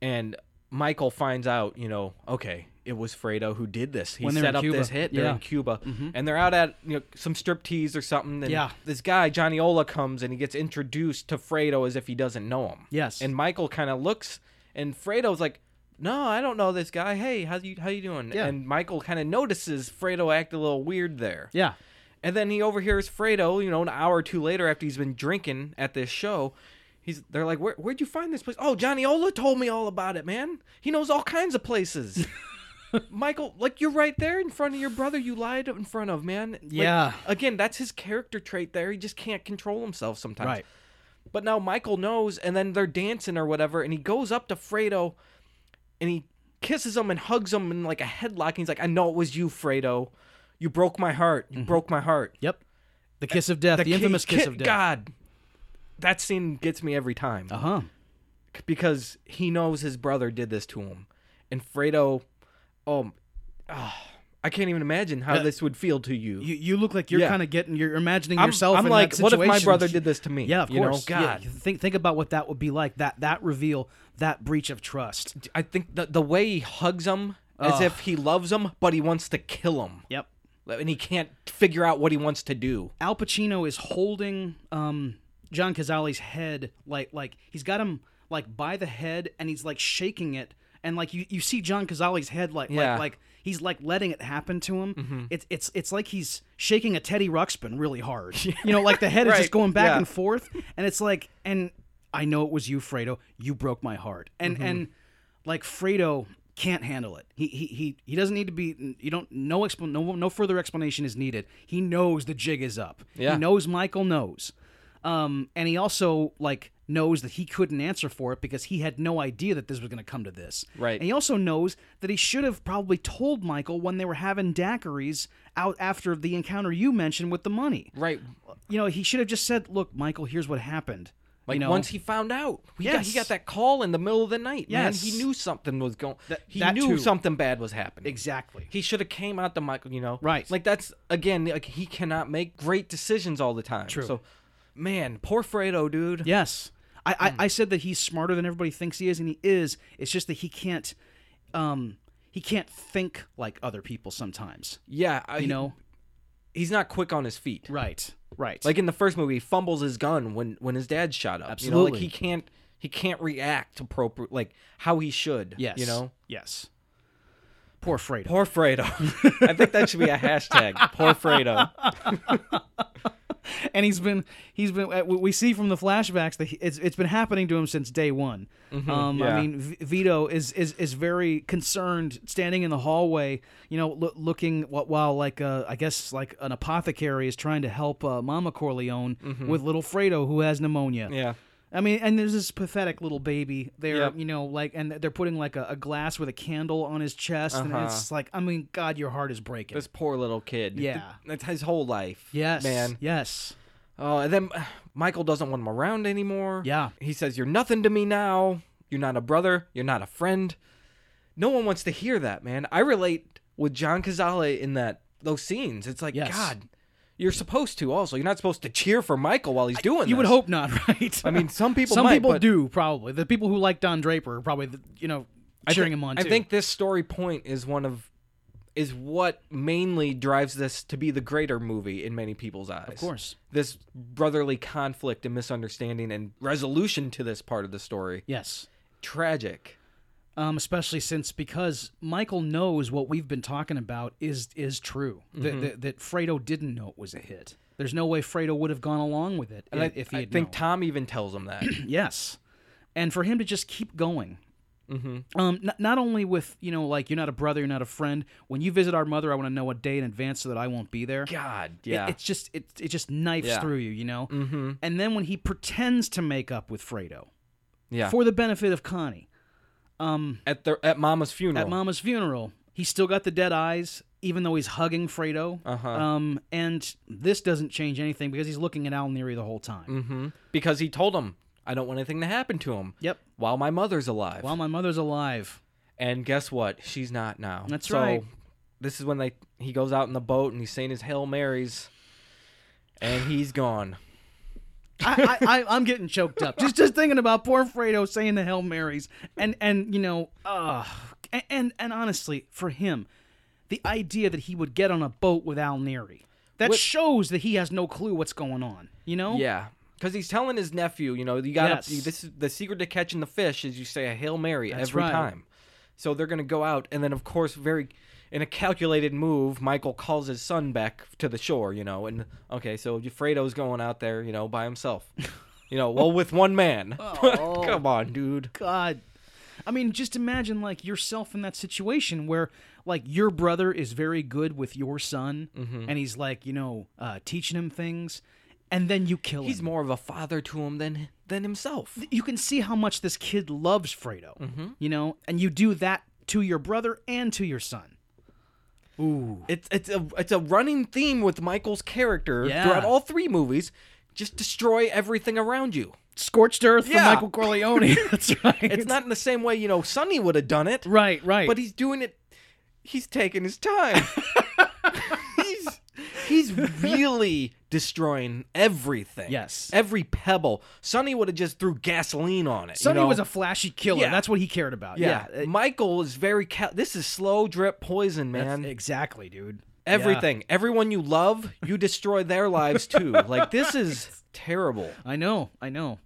S1: and Michael finds out, you know, okay, it was Fredo who did this. He
S2: When they're
S1: set
S2: in
S1: up
S2: Cuba.
S1: this hit. They're
S2: Yeah. Mm-hmm.
S1: in Cuba, and they're out at you know some striptease or something. And
S2: Yeah.
S1: this guy Johnny Ola comes and he gets introduced to Fredo as if he doesn't know him.
S2: Yes.
S1: And Michael kind of looks, and Fredo's like, "No, I don't know this guy. Hey, how you how you doing?"
S2: Yeah.
S1: And Michael kind of notices Fredo act a little weird there.
S2: Yeah.
S1: And then he overhears Fredo, you know, an hour or two later after he's been drinking at this show. He's they're like, Where, "Where'd you find this place?" "Oh, Johnny Ola told me all about it, man. He knows all kinds of places." Michael, like you're right there in front of your brother. You lied in front of man. Like,
S2: Yeah.
S1: again, that's his character trait. There, he just can't control himself sometimes.
S2: Right.
S1: But now Michael knows, and then they're dancing or whatever, and he goes up to Fredo, and he kisses him and hugs him in like a headlock. And he's like, "I know it was you, Fredo. You broke my heart. You broke my heart."
S2: Yep. The kiss of death. The,
S1: Ki-
S2: infamous kiss
S1: ki-
S2: of death.
S1: God, that scene gets me every time
S2: Uh huh.
S1: because he knows his brother did this to him, and Fredo, oh, ah, I can't even imagine how this would feel to you.
S2: You, you look like you're
S1: Yeah.
S2: kind of getting. You're imagining
S1: I'm,
S2: yourself.
S1: I'm
S2: in
S1: like,
S2: that
S1: what if my
S2: situation."
S1: brother did this to me?
S2: Yeah, of
S1: you
S2: course.
S1: Know?
S2: Yeah,
S1: God,
S2: think think about what that would be like. That that reveal. That breach of trust.
S1: I think the the way he hugs him as
S2: Ugh.
S1: if he loves him, but he wants to kill him,
S2: Yep.
S1: and he can't figure out what he wants to do.
S2: Al Pacino is holding um, John Cazale's head, like like he's got him like by the head, and he's like shaking it, and like you, you see John Cazale's head, like
S1: Yeah. Mm-hmm.
S2: like like he's like letting it happen to him. It's it's it's like he's shaking a Teddy Ruxpin really hard. You know, like the head is
S1: Right,
S2: just going back
S1: yeah.
S2: and forth, and it's like, and I know it was you, Fredo. You broke my heart, and
S1: Mm-hmm.
S2: and like Fredo can't handle it. He he he he doesn't need to be. You don't no expl no no further explanation is needed. He knows the jig is up.
S1: Yeah.
S2: He knows Michael knows. Um, and he also like knows that he couldn't answer for it because he had no idea that this was going to come to this.
S1: Right.
S2: And he also knows that he should have probably told Michael when they were having daiquiris out after the encounter you mentioned with the money.
S1: Right.
S2: You know, he should have just said, "Look, Michael, here's what happened."
S1: Like
S2: you know,
S1: once he found out, he, got, he
S2: Yes.
S1: got that call in the middle of the night.
S2: Yes.
S1: man, he knew something was going. he
S2: that
S1: knew
S2: too.
S1: something bad was happening.
S2: exactly.
S1: He should have came out to Michael, you know.
S2: Right.
S1: Like that's again, like he cannot make great decisions all the time. True. So, man, poor Fredo, dude.
S2: Yes. I, I,
S1: Hmm.
S2: I said that he's smarter than everybody thinks he is, and he is. It's just that he can't, um, he can't think like other people sometimes.
S1: Yeah, I,
S2: You know,
S1: he's not quick on his feet.
S2: right, right,
S1: Like in the first movie, he fumbles his gun when when his dad shot up. You know,
S2: Absolutely.
S1: like he can't he can't react appropriate like how he should.
S2: yes,
S1: You know.
S2: yes. Poor Fredo.
S1: Poor Fredo. I think that should be a hashtag. Poor Fredo.
S2: and he's been he's been uh, we- we see from the flashbacks that he, it's it's been happening to him since day one. um,
S1: Mm-hmm. yeah.
S2: I mean, v- Vito is is is very concerned, standing in the hallway, you know, loo- looking wh- while like uh, I guess like an apothecary is trying to help uh, Mama Corleone with little Fredo who has pneumonia.
S1: Mm-hmm. Yeah.
S2: I mean, and there's this pathetic little baby there,
S1: Yep.
S2: you know, like, and they're putting like a, a glass with a candle on his chest, and it's like, I mean, God, your heart is breaking.
S1: Uh-huh. This poor little kid.
S2: Yeah.
S1: That's his whole life.
S2: yes,
S1: Man.
S2: yes,
S1: Oh, and then uh, Michael doesn't want him around anymore.
S2: Yeah.
S1: He says, You're nothing to me now. You're not a brother. You're not a friend. No one wants to hear that, man. I relate with John Cazale in that those scenes. It's like,
S2: Yes.
S1: God, you're supposed to also. You're not supposed to cheer for Michael while he's doing
S2: you would
S1: this.
S2: hope not, right?
S1: I mean, some people
S2: Some
S1: might,
S2: people
S1: but
S2: do probably. The people who like Don Draper are probably the- you know
S1: I
S2: cheering
S1: thi-
S2: him on.
S1: I
S2: too.
S1: think this story point is one of is what mainly drives this to be the greater movie in many people's eyes.
S2: of course,
S1: This brotherly conflict and misunderstanding and resolution to this part of the story.
S2: yes.
S1: Tragic.
S2: Um, especially since because Michael knows what we've been talking about is is true. That-
S1: Mm-hmm.
S2: That, that Fredo didn't know it was a hit. There's no way Fredo would have gone along with it
S1: And
S2: i-
S1: I,
S2: if, he
S1: I
S2: had
S1: think
S2: known.
S1: Tom even tells him that.
S2: yes, and for him to just keep going. Mm-hmm. Um, n- not only with you know like you're not a brother, you're not a friend. When you visit our mother, I want to know a day in advance so that I won't be there.
S1: God,
S2: It-
S1: yeah.
S2: it's just it, it just knifes
S1: Yeah.
S2: through you, you know. Mm-hmm. And then when he pretends to make up with Fredo
S1: yeah.
S2: for the benefit of Connie
S1: at the at Mama's funeral.
S2: at Mama's funeral, he's still got the dead eyes, even though he's hugging Fredo.
S1: Uh-huh.
S2: Um, and this doesn't change anything because he's looking at Al Neri the whole time.
S1: hmm Because he told him, I don't want anything to happen to him.
S2: Yep.
S1: While my mother's alive.
S2: While my mother's alive,
S1: and guess what? She's not now.
S2: That's
S1: so,
S2: right.
S1: This is when they he goes out in the boat and he's saying his Hail Marys and he's gone.
S2: I, I, I I'm getting choked up just just thinking about poor Fredo saying the Hail Marys and and you know uh and and, and honestly for him the idea that he would get on a boat with Al Neri that
S1: What-
S2: shows that he has no clue what's going on you know
S1: Yeah. Because he's telling his nephew, you know, you gotta
S2: Oh. Yes.
S1: you- this is the secret to catching the fish is you say a Hail Mary
S2: That's
S1: every
S2: right.
S1: time. So they're gonna go out and then of course very in a calculated move, Michael calls his son back to the shore, you know, and okay, so Fredo's going out there, you know, by himself. You know, well with one man.
S2: Oh.
S1: Come on, dude.
S2: God. I mean, just imagine like yourself in that situation where like your brother is very good with your son
S1: Mm-hmm.
S2: and he's like, you know, uh, teaching him things and then you kill
S1: He's
S2: him.
S1: more of a father to him than than himself.
S2: You can see how much this kid loves Fredo,
S1: Mm-hmm.
S2: you know, and you do that to your brother and to your son. Ooh.
S1: It's it's a it's a running theme with Michael's character
S2: Yeah.
S1: throughout all three movies. Just destroy everything around you.
S2: Scorched Earth
S1: Yeah.
S2: from Michael Corleone. That's right.
S1: It's not in the same way you know Sonny would have done it,
S2: right, right.
S1: but he's doing it. He's taking his time. he's he's really destroying everything.
S2: Yes.
S1: every pebble. Sonny would have just threw gasoline on it. you
S2: Sonny
S1: know?
S2: was a flashy killer.
S1: Yeah.
S2: That's what he cared about.
S1: yeah.
S2: Yeah.
S1: Michael is very. Ca- this is slow drip poison, man.
S2: Exactly, dude.
S1: Everything, everyone you love, you destroy their lives too. like this is terrible.
S2: I know, I know.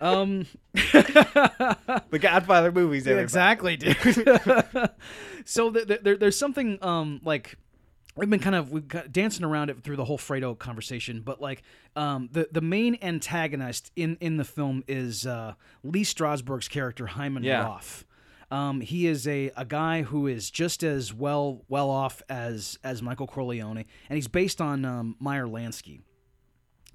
S2: um,
S1: The Godfather movies,
S2: exactly, dude. so th- th- there, there's something um like we've been kind of we've got dancing around it through the whole Fredo conversation, but like um the the main antagonist in in the film is uh Lee Strasberg's character Hyman
S1: Yeah.
S2: Roth. Um, he is a, a guy who is just as well well off as as Michael Corleone, and he's based on um, Meyer Lansky.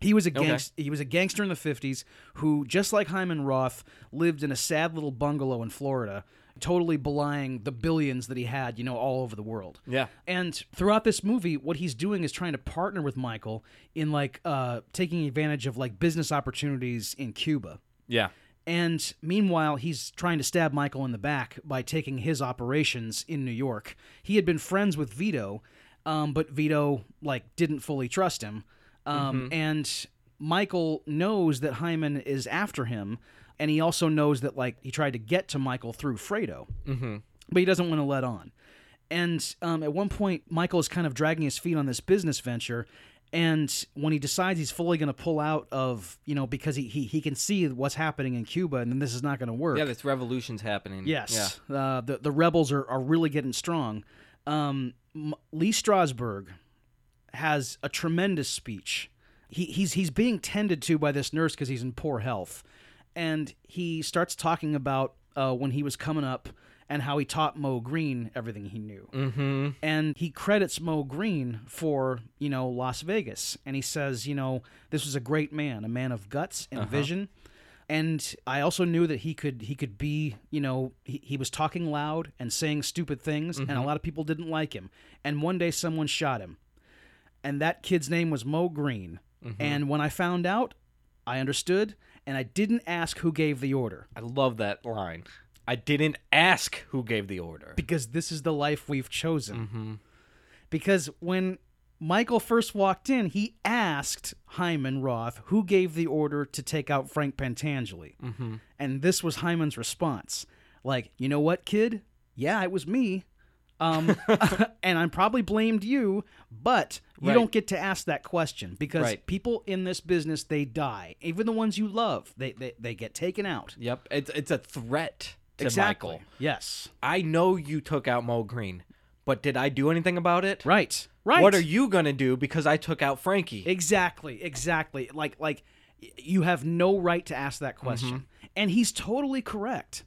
S2: He was a gangster. He was a gangster in the fifties who, just like Hyman Roth, lived in a sad little bungalow in Florida, totally belying the billions that he had, you know, all over the world.
S1: Yeah.
S2: And throughout this movie, what he's doing is trying to partner with Michael in like uh, taking advantage of like business opportunities in Cuba.
S1: Yeah.
S2: And meanwhile, he's trying to stab Michael in the back by taking his operations in New York. He had been friends with Vito, um, but Vito like didn't fully trust him. Um, And Michael knows that Hyman is after him, and he also knows that like he tried to get to Michael through Fredo but he doesn't want to let on. And um, at one point, Michael is kind of dragging his feet on this business venture. And when he decides he's fully going to pull out of, you know, because he, he he can see what's happening in Cuba and then this is not going to work.
S1: Yeah, this revolution's happening. Yeah.
S2: Yes. Uh, the, the rebels are, are really getting strong. Um, M- Lee Strasberg has a tremendous speech. He, he's, he's being tended to by this nurse because he's in poor health. And he starts talking about uh, when he was coming up and how he taught Mo Green everything he knew
S1: Mm-hmm.
S2: and he credits Mo Green for you know Las Vegas, and he says you know this was a great man, a man of guts and vision, and I also knew that he could he could be you know he, he was talking loud and saying stupid things, and a lot of people didn't like him, and one day someone shot him, and that kid's name was Mo Green, and when I found out, I understood, and I didn't ask who gave the order
S1: I love that line. I didn't ask who gave the order.
S2: because this is the life we've chosen.
S1: Mm-hmm.
S2: Because when Michael first walked in, he asked Hyman Roth who gave the order to take out Frank Pantangeli.
S1: Mm-hmm.
S2: And this was Hyman's response like, you know what, kid? Yeah, it was me. Um, and I'm probably blamed you, but you
S1: Right.
S2: don't get to ask that question because
S1: Right.
S2: people in this business, they die. Even the ones you love, they, they, they get taken out.
S1: Yep. It's it's a threat to
S2: exactly.
S1: Michael.
S2: Yes.
S1: I know you took out Mo Green, but did I do anything about it?
S2: Right. Right.
S1: What are you gonna do because I took out Frankie?
S2: Exactly, exactly. Like like y- you have no right to ask that question. And he's totally correct.
S1: Mm-hmm.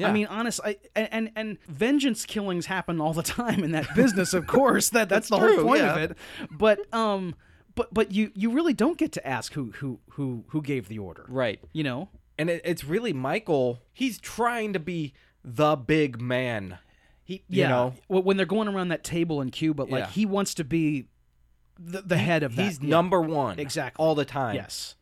S1: yeah.
S2: I mean, honest, I, and, and and vengeance killings happen all the time in that business. Of course, that that's, the
S1: true,
S2: whole point
S1: yeah.
S2: of it. But um, but but you you really don't get to ask who who who who gave the order,
S1: right.
S2: You know,
S1: And it, it's really Michael. He's trying to be the big man.
S2: he
S1: You
S2: yeah.
S1: know?
S2: Wh- When they're going around that table in Cuba, like
S1: Yeah.
S2: he wants to be the, the head of that.
S1: He's
S2: yeah.
S1: number one
S2: Exactly.
S1: all the time.
S2: Yes,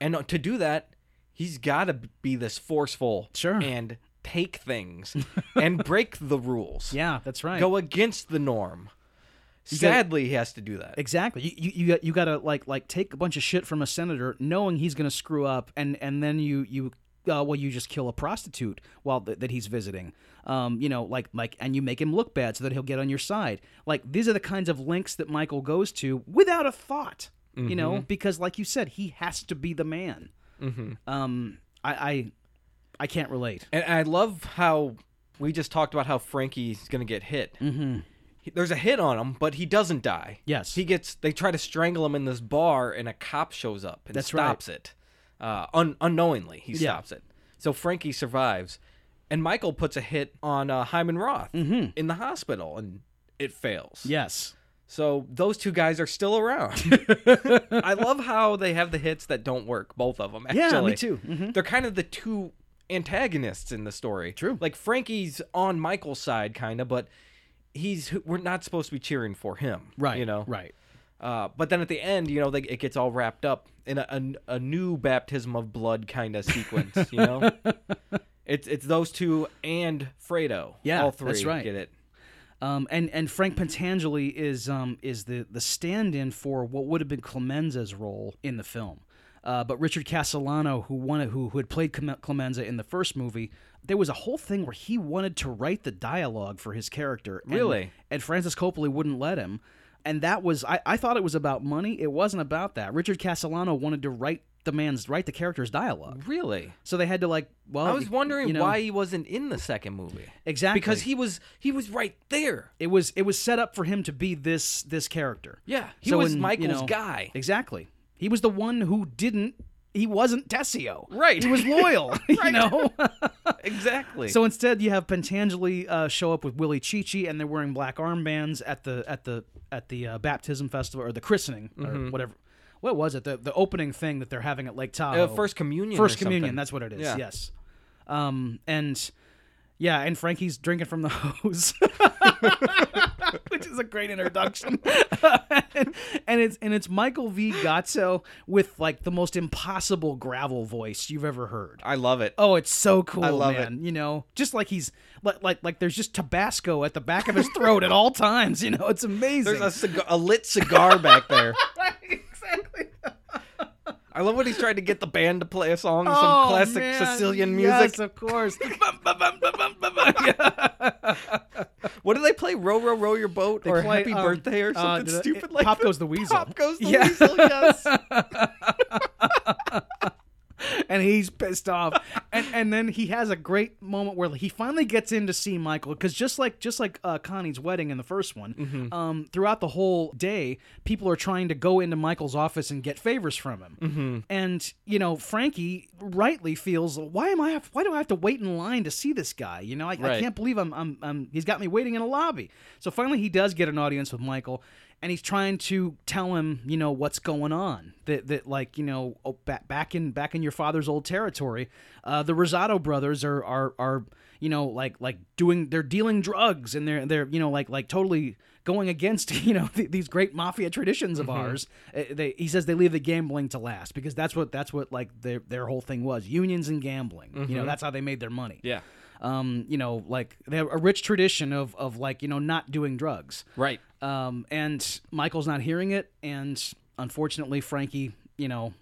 S1: And uh, to do that, he's got to be this forceful
S2: Sure.
S1: and take things and break the rules.
S2: yeah, that's right.
S1: Go against the norm.
S2: gotta-
S1: Sadly, he has to do that.
S2: Exactly. You you you, got- you gotta like like take a bunch of shit from a senator, knowing he's gonna screw up, and and then you you uh, well you just kill a prostitute while th- that he's visiting. Um, you know, like like, and you make him look bad so that he'll get on your side. Like these are the kinds of links that Michael goes to without a thought. You
S1: Mm-hmm.
S2: know, because like you said, he has to be the man. Um, I, I I can't relate.
S1: And I love how we just talked about how Frankie's going to get hit. Mm-hmm. There's a hit on him, but he doesn't die.
S2: Yes.
S1: He gets, they try to strangle him in this bar, and a cop shows up and
S2: That's right.
S1: stops it. Uh, un- unknowingly, he
S2: Yeah.
S1: stops it. So Frankie survives, and Michael puts a hit on uh, Hyman Roth
S2: Mm-hmm.
S1: in the hospital, and it fails.
S2: Yes.
S1: So those two guys are still around. I love how they have the hits that don't work, both of them. Actually.
S2: me too. Mm-hmm.
S1: They're kind of the two antagonists in the story.
S2: True.
S1: Like Frankie's on Michael's side, kind of, but he's we're not supposed to be cheering for him.
S2: Right.
S1: You know.
S2: Right.
S1: Uh, but then at the end, you know, they, it gets all wrapped up in a, a, a new baptism of blood kind of sequence. you know. It's it's those two and Fredo.
S2: Yeah,
S1: All three
S2: that's right.
S1: get it.
S2: Um, and and Frank Pentangeli is um, is the the stand-in for what would have been Clemenza's role in the film. Uh, but Richard Castellano, who wanted, who, who had played Clem- Clemenza in the first movie, there was a whole thing where he wanted to write the dialogue for his character. and-
S1: Really?
S2: and Francis Copley wouldn't let him. And that was I, I thought it was about money. It wasn't about that. Richard Castellano wanted to write the man's write the character's dialogue.
S1: Really?
S2: So they had to like well
S1: I was wondering
S2: you know,
S1: why he wasn't in the second movie.
S2: exactly
S1: Because he was he was right there.
S2: it was it was set up for him to be this this character.
S1: Yeah, he
S2: So
S1: was
S2: in, you
S1: Michael's
S2: know-
S1: guy.
S2: Exactly. He was the one who didn't he wasn't Tessio.
S1: Right.
S2: He was loyal, you know.
S1: Exactly.
S2: So instead, you have Pentangeli uh, show up with Willie Chichi, and they're wearing black armbands at the at the at the uh, baptism festival or the christening
S1: Mm-hmm.
S2: or whatever. What was it? The the opening thing that they're having at Lake Tahoe.
S1: Uh, first communion. or
S2: First communion.
S1: something.
S2: That's what it is.
S1: Yeah.
S2: Yes. Um and yeah, and Frankie's drinking from the hose, which is a great introduction. and, and it's and it's Michael V. Gatso with like the most impossible gravel voice you've ever heard.
S1: I love it.
S2: Oh, it's so cool,
S1: love
S2: man. You know, just like he's like, like like there's just Tabasco at the back of his throat at all times. You know, it's amazing.
S1: There's a, cigar, a lit cigar back there.
S2: exactly.
S1: I love when he's trying to get the band to play a song, some
S2: Oh,
S1: classic
S2: man.
S1: Sicilian
S2: Yes,
S1: music.
S2: of course.
S1: What do they play? Row, row, row your boat, or
S2: play,
S1: Happy
S2: um,
S1: Birthday, or
S2: uh,
S1: something
S2: did I-
S1: stupid
S2: it-
S1: like
S2: Pop
S1: that?
S2: Goes the Weasel.
S1: Pop goes the
S2: Yeah.
S1: weasel. Yes.
S2: and he's pissed off. And and then he has a great moment where he finally gets in to see Michael because just like just like uh, Connie's wedding in the first one, um, throughout the whole day, people are trying to go into Michael's office and get favors from him. And you know, Frankie rightly feels why am I have, why do I have to wait in line to see this guy? You know, I, I
S1: Right.
S2: can't believe I'm, I'm I'm he's got me waiting in a lobby. So finally, he does get an audience with Michael. And he's trying to tell him, you know, what's going on. That, that like, you know, oh, back, back in back in your father's old territory, uh, the Rosado brothers are, are are you know like like doing they're dealing drugs and they're they're you know like like totally going against you know th- these great mafia traditions of ours. Uh, they, he says they leave the gambling to last because that's what that's what like their their whole thing was unions and gambling. You know that's how they made their money.
S1: Yeah.
S2: Um, you know, like they have a rich tradition of of like you know not doing drugs.
S1: Right.
S2: Um, and Michael's not hearing it, and unfortunately, Frankie, you know,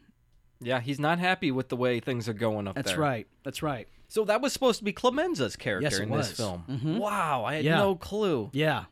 S1: Yeah, he's not happy with the way things are going up
S2: that's
S1: there.
S2: right, that's right.
S1: So that was supposed to be Clemenza's character
S2: Yes, it
S1: in
S2: was.
S1: this film. Wow, I had
S2: Yeah.
S1: no clue.
S2: Yeah.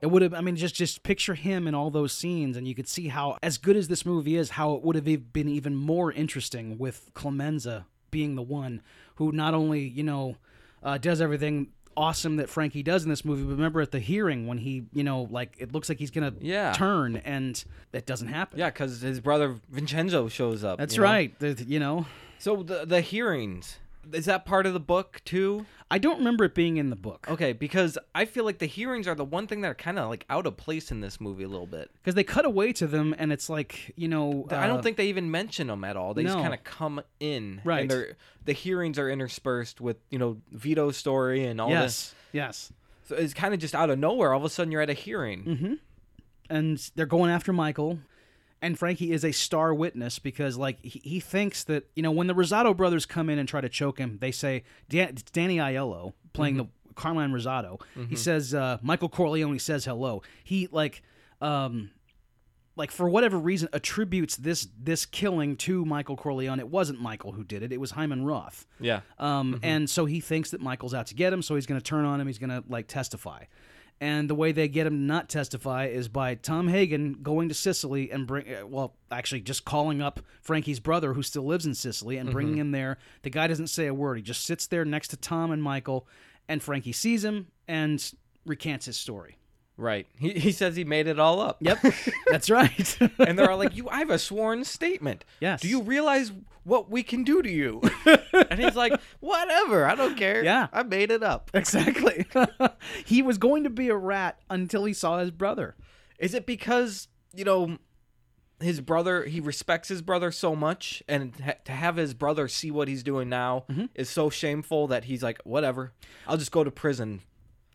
S2: It would have I mean just just picture him in all those scenes and you could see how as good as this movie is how it would have e- been even more interesting with Clemenza being the one who not only, you know, uh, does everything awesome that Frankie does in this movie but remember at the hearing when he, you know, like it looks like he's going to
S1: Yeah.
S2: turn and it doesn't happen.
S1: Yeah, because his brother Vincenzo shows up.
S2: That's
S1: you know?
S2: right. The- you know,
S1: So the the hearings is that part of the book too?
S2: I don't remember it being in the book.
S1: Okay, because I feel like the hearings are the one thing that are kind of like out of place in this movie a little bit.
S2: Cuz they cut away to them and it's like, you know,
S1: I
S2: uh,
S1: don't think they even mention them at all. They just
S2: No.
S1: kind of come in,
S2: Right.
S1: And they're, the hearings are interspersed with you know Vito's story and all
S2: Yes. Yes.
S1: this. So it's kind of just out of nowhere. All of a sudden, you're at a hearing.
S2: Mm-hmm. and they're going after Michael. And Frankie is a star witness because, like, he, he thinks that you know when the Rosado brothers come in and try to choke him, they say Dan, it's Danny Aiello playing the Carmine Rosado. He says uh, Michael Corleone says hello. He like, um, like for whatever reason attributes this this killing to Michael Corleone. It wasn't Michael who did it. It was Hyman Roth.
S1: Yeah,
S2: Um, And so he thinks that Michael's out to get him, so he's going to turn on him. He's going to like testify. And the way they get him to not testify is by Tom Hagen going to Sicily and bring, uh, well, actually just calling up Frankie's brother who still lives in Sicily and bringing him there. The guy doesn't say a word. He just sits there next to Tom and Michael, and Frankie sees him and recants his story.
S1: right. He he says he made it all up.
S2: Yep, that's right.
S1: and they're all like, "You, I have a sworn statement.
S2: Yes.
S1: Do you realize what we can do to you?" and he's like, "Whatever, I don't care.
S2: Yeah.
S1: I made it up."
S2: exactly. he was going to be a rat until he saw his brother.
S1: Is it because you know his brother? He respects his brother so much, and ha- to have his brother see what he's doing now
S2: Mm-hmm.
S1: is so shameful that he's like, "Whatever, I'll just go to prison."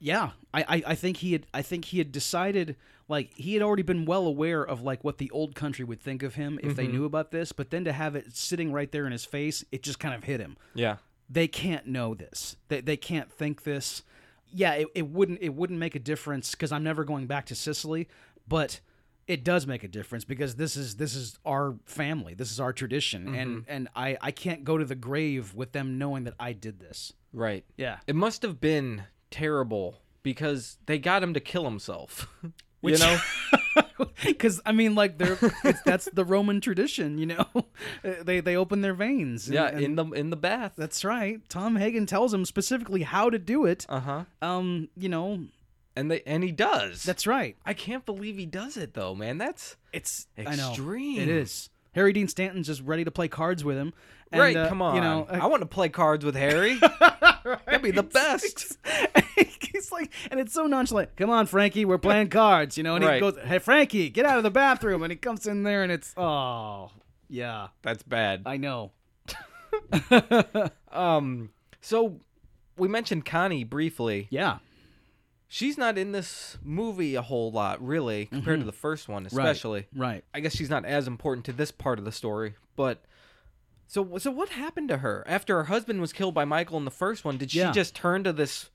S2: Yeah, I, I, I think he had I think he had decided like he had already been well aware of like what the old country would think of him if they knew about this, but then to have it sitting right there in his face, it just kind of hit him.
S1: Yeah.
S2: They can't know this. They they can't think this. Yeah, it, it wouldn't it wouldn't make a difference because I'm never going back to Sicily, but it does make a difference because this is this is our family this is our tradition and and i i can't go to the grave with them knowing that i did this
S1: Right.
S2: yeah
S1: It must have been terrible because they got him to kill himself. you
S2: Which-
S1: know?
S2: because i mean like they're it's, that's the roman tradition you know Uh, they they open their veins and-
S1: Yeah,
S2: and
S1: in the in the bath.
S2: that's right tom hagen tells him specifically how to do it
S1: Uh-huh.
S2: um you know
S1: And they and he does.
S2: that's right
S1: I can't believe he does it though, man. That's
S2: It's
S1: Extreme.
S2: I know. It is. Harry Dean Stanton's just ready to play cards with him. And,
S1: right,
S2: uh,
S1: come on.
S2: You know,
S1: I want to play cards with Harry. That'd be the best.
S2: he's like, and it's so nonchalant. Come on, Frankie, we're playing cards. You know, and
S1: Right.
S2: he goes, "Hey, Frankie, get out of the bathroom!" And he comes in there, and it's, oh, yeah,
S1: That's bad.
S2: I know.
S1: Um so we mentioned Connie briefly.
S2: Yeah,
S1: She's not in this movie a whole lot, really, compared to the first one, especially.
S2: Mm-hmm. right.
S1: I guess she's not as important to this part of the story, but so so what happened to her after her husband was killed by Michael in the first one? Did she
S2: Yeah.
S1: just turn to this,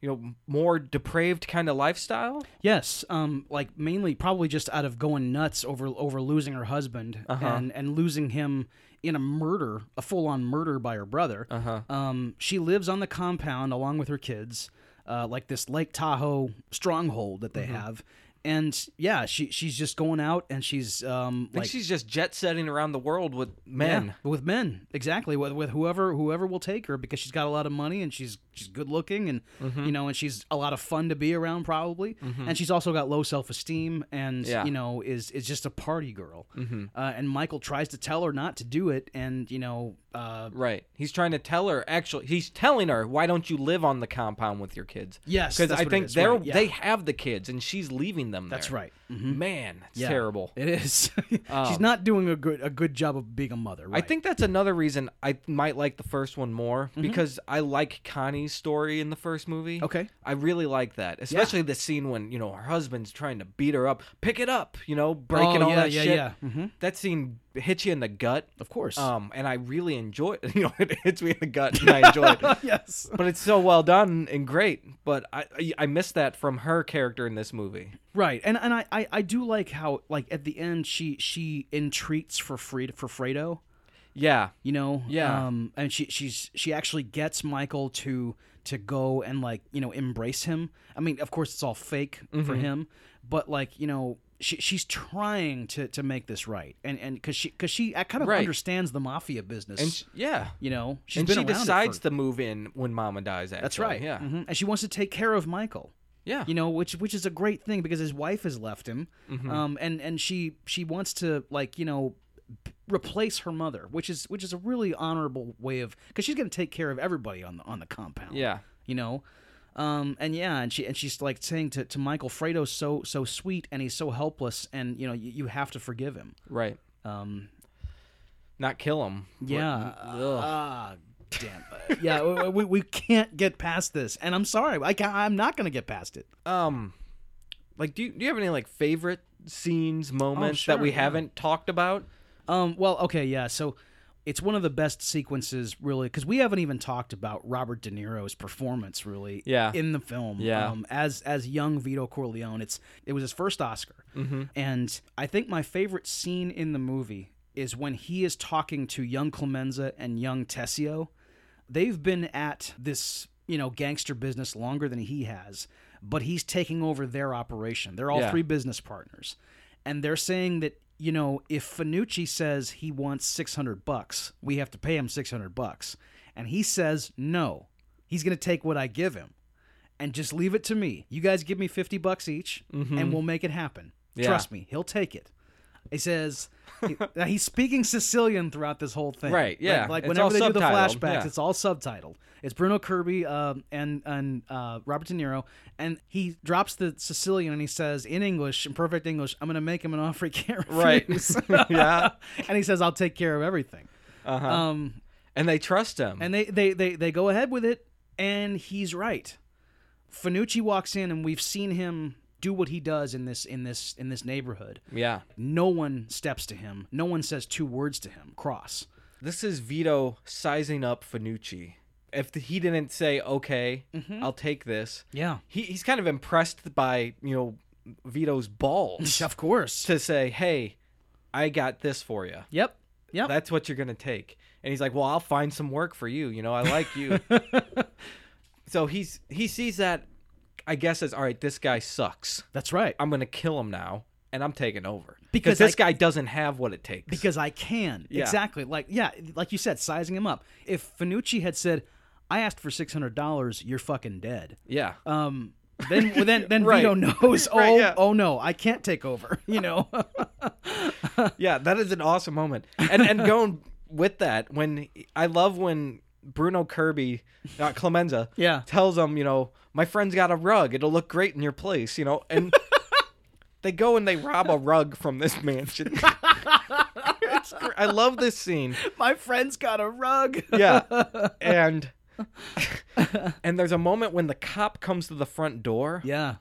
S1: you know, more depraved kind of lifestyle?
S2: Yes, um, like mainly probably just out of going nuts over over losing her husband
S1: Uh-huh.
S2: and and losing him in a murder, a full on murder by her brother.
S1: Uh-huh.
S2: Um, she lives on the compound along with her kids, uh, like this Lake Tahoe stronghold that they
S1: Mm-hmm.
S2: have, and yeah, she she's just going out and she's um
S1: I think
S2: like
S1: she's just jet setting around the world with
S2: yeah,
S1: men.
S2: with men exactly with, with whoever whoever will take her because she's got a lot of money and she's she's good looking and
S1: Mm-hmm.
S2: you know and she's a lot of fun to be around probably and she's also got low self esteem and
S1: Yeah. Mm-hmm.
S2: you know is is just a party girl uh, and Michael tries to tell her not to do it and you know uh,
S1: Right. He's trying to tell her actually he's telling her, "Why don't you live on the compound with your kids?"
S2: Yes,
S1: Cuz
S2: that's
S1: I
S2: what it
S1: think
S2: is,
S1: they're
S2: right, yeah.
S1: they have the kids and she's leaving them
S2: that's
S1: there.
S2: right Mm-hmm.
S1: Man, it's
S2: Yeah.
S1: terrible.
S2: it is she's
S1: Um,
S2: not doing a good a good job of being a mother right Mm-hmm.
S1: I think that's another reason I might like the first one more because I like Connie's story in the first movie.
S2: Okay.
S1: I really like that, especially the scene when you know her husband's trying to beat her up, pick it up, you know, breaking
S2: Oh,
S1: all
S2: yeah,
S1: that
S2: yeah,
S1: shit.
S2: yeah. Mhm.
S1: That scene hits you in the gut.
S2: of course
S1: Um, and I really enjoy it. You know, it hits me in the gut, and I enjoy it.
S2: yes
S1: But it's so well done and great. But I I, I miss that from her character in this movie.
S2: Right, and and I, I I do like how like at the end she she entreats for Fred for Fredo,
S1: Yeah,
S2: you know.
S1: Yeah.
S2: Um, and she she's she actually gets Michael to to go and like you know embrace him. I mean, of course it's all fake
S1: Mm-hmm.
S2: for him, but like you know. She, she's trying to, to make this right, and and because she because she I kind of
S1: Right.
S2: understands the mafia business,
S1: and sh- yeah,
S2: you know. She's
S1: and
S2: been
S1: she
S2: around it
S1: decides
S2: for-
S1: to move in when Mama dies. Actually,
S2: that's right,
S1: Yeah,
S2: Mhm. and she wants to take care of Michael
S1: yeah.
S2: you know which which is a great thing because his wife has left him
S1: Mm-hmm.
S2: um and and she she wants to like you know p- replace her mother which is which is a really honorable way of because she's going to take care of everybody on the on the compound
S1: Yeah.
S2: you know um and yeah and she and she's like saying to, to michael fredo's so so sweet and he's so helpless and you know you, you have to forgive him
S1: Right.
S2: um
S1: Not kill him. but-
S2: yeah
S1: Ugh.
S2: ah damn yeah we, we, we can't get past this and i'm sorry i ca i'm not going to get past it
S1: um, like, do you, do you have any like favorite scenes, moments that
S2: Oh, sure,
S1: we
S2: yeah.
S1: haven't talked about?
S2: Um, well, okay, yeah. So it's one of the best sequences, really, because we haven't even talked about Robert De Niro's performance, really,
S1: Yeah.
S2: in the film,
S1: Yeah.
S2: um, as as young Vito Corleone. It's it was his first Oscar,
S1: Mm-hmm.
S2: and I think my favorite scene in the movie is when he is talking to young Clemenza and young Tessio. They've been at this, you know, gangster business longer than he has, but he's taking over their operation. They're all
S1: Yeah.
S2: three business partners and they're saying that you know if Finucci says he wants 600 bucks we have to pay him 600 bucks and he says no he's going to take what i give him and just leave it to me you guys give me 50 bucks each and we'll make it happen
S1: Mm-hmm. Yeah.
S2: trust me he'll take it he says he- now, he's speaking sicilian throughout this whole thing
S1: Right, yeah.
S2: like, like
S1: It's all
S2: whenever they do the
S1: subtitled,
S2: flashbacks
S1: yeah.
S2: it's all subtitled it's bruno kirby uh, and and uh, robert de niro and he drops the sicilian and he says in english in perfect english i'm gonna make him an offer he can't
S1: Right.
S2: refuse
S1: Yeah.
S2: and he says i'll take care of everything
S1: Uh-huh.
S2: um
S1: And they trust him.
S2: and they, they they they go ahead with it, and he's right. Finucci walks in, and we've seen him do what he does in this in this in this neighborhood.
S1: yeah.
S2: No one steps to him. No one says two words to him. Cross.
S1: This is Vito sizing up Finucci. If he
S2: Mm-hmm.
S1: didn't say, okay, I'll take this,
S2: Yeah.
S1: he, he's kind of impressed by, you know, Vito's balls
S2: of course.
S1: to say, "Hey, I got this for you.
S2: Yep. Yep.
S1: That's what you're gonna take." And he's like, "Well, I'll find some work for you. You know, I like you." so he's he sees that, I guess, as all right. This guy sucks.
S2: That's right.
S1: I'm gonna kill him now, and I'm taking over
S2: Because
S1: this
S2: I-
S1: guy doesn't have what it takes.
S2: because I can.
S1: Yeah.
S2: Exactly. Like yeah, like you said, sizing him up. If Finucci had said, "I asked for six hundred dollars, you're fucking dead,"
S1: yeah,
S2: um, then well, then then
S1: Right.
S2: Vito knows. Oh
S1: Right, yeah.
S2: oh no, I can't take over. You know.
S1: yeah, that is an awesome moment. And and going with that, when I love when Bruno Kirby, not Clemenza,
S2: Yeah.
S1: tells him, you know, my friend's got a rug. It'll look great in your place, you know, and they go and they rob a rug from this mansion. It's gr- I love this scene.
S2: My friend's got a rug.
S1: Yeah, and and there's a moment when the cop comes to the front door.
S2: yeah.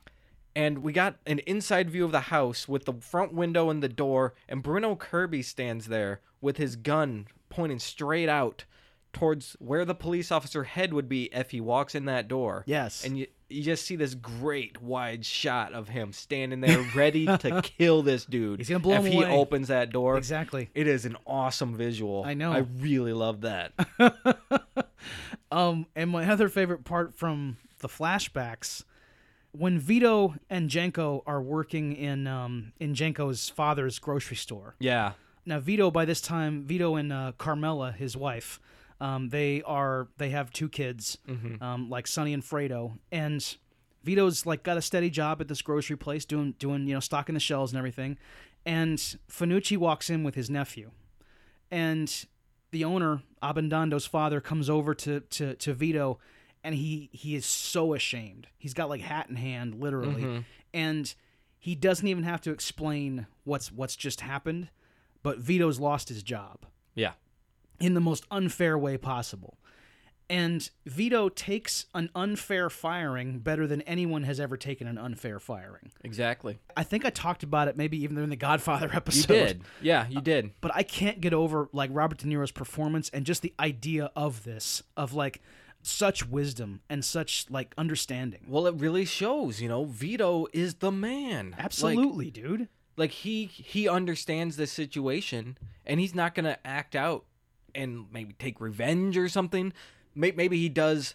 S1: and we got an inside view of the house with the front window and the door and bruno kirby stands there with his gun pointing straight out towards where the police officer head would be if he walks in that door
S2: Yes.
S1: and you, you just see this great wide shot of him standing there ready to kill this dude
S2: He's gonna blow
S1: if
S2: him
S1: he
S2: away.
S1: opens that door
S2: Exactly.
S1: it is an awesome visual
S2: I know.
S1: i really love that
S2: Um, and my other favorite part from the flashbacks, when Vito and Jenko are working in um, in Jenko's father's grocery store.
S1: yeah
S2: Now Vito, by this time, Vito and uh, Carmela, his wife, um, they are they have two kids, um, like Sonny and Fredo, and Vito's like got a steady job at this grocery place, doing doing you know stocking the shelves and everything, and Fanucci walks in with his nephew, and the owner Abandando's father comes over to to to Vito, and he he is so ashamed. He's got like hat in hand, literally,
S1: Mm-hmm.
S2: and he doesn't even have to explain what's what's just happened. But Vito's lost his job
S1: yeah
S2: in the most unfair way possible. And Vito takes an unfair firing better than anyone has ever taken an unfair firing.
S1: exactly
S2: I think I talked about it maybe even in the Godfather episode
S1: you did yeah you did
S2: but I can't get over like Robert De Niro's performance and just the idea of this of like such wisdom and such like understanding.
S1: Well, it really shows, you know, Vito is the man. Like-
S2: Absolutely, dude.
S1: Like, he he understands the situation and he's not going to act out and maybe take revenge or something. May- Maybe he does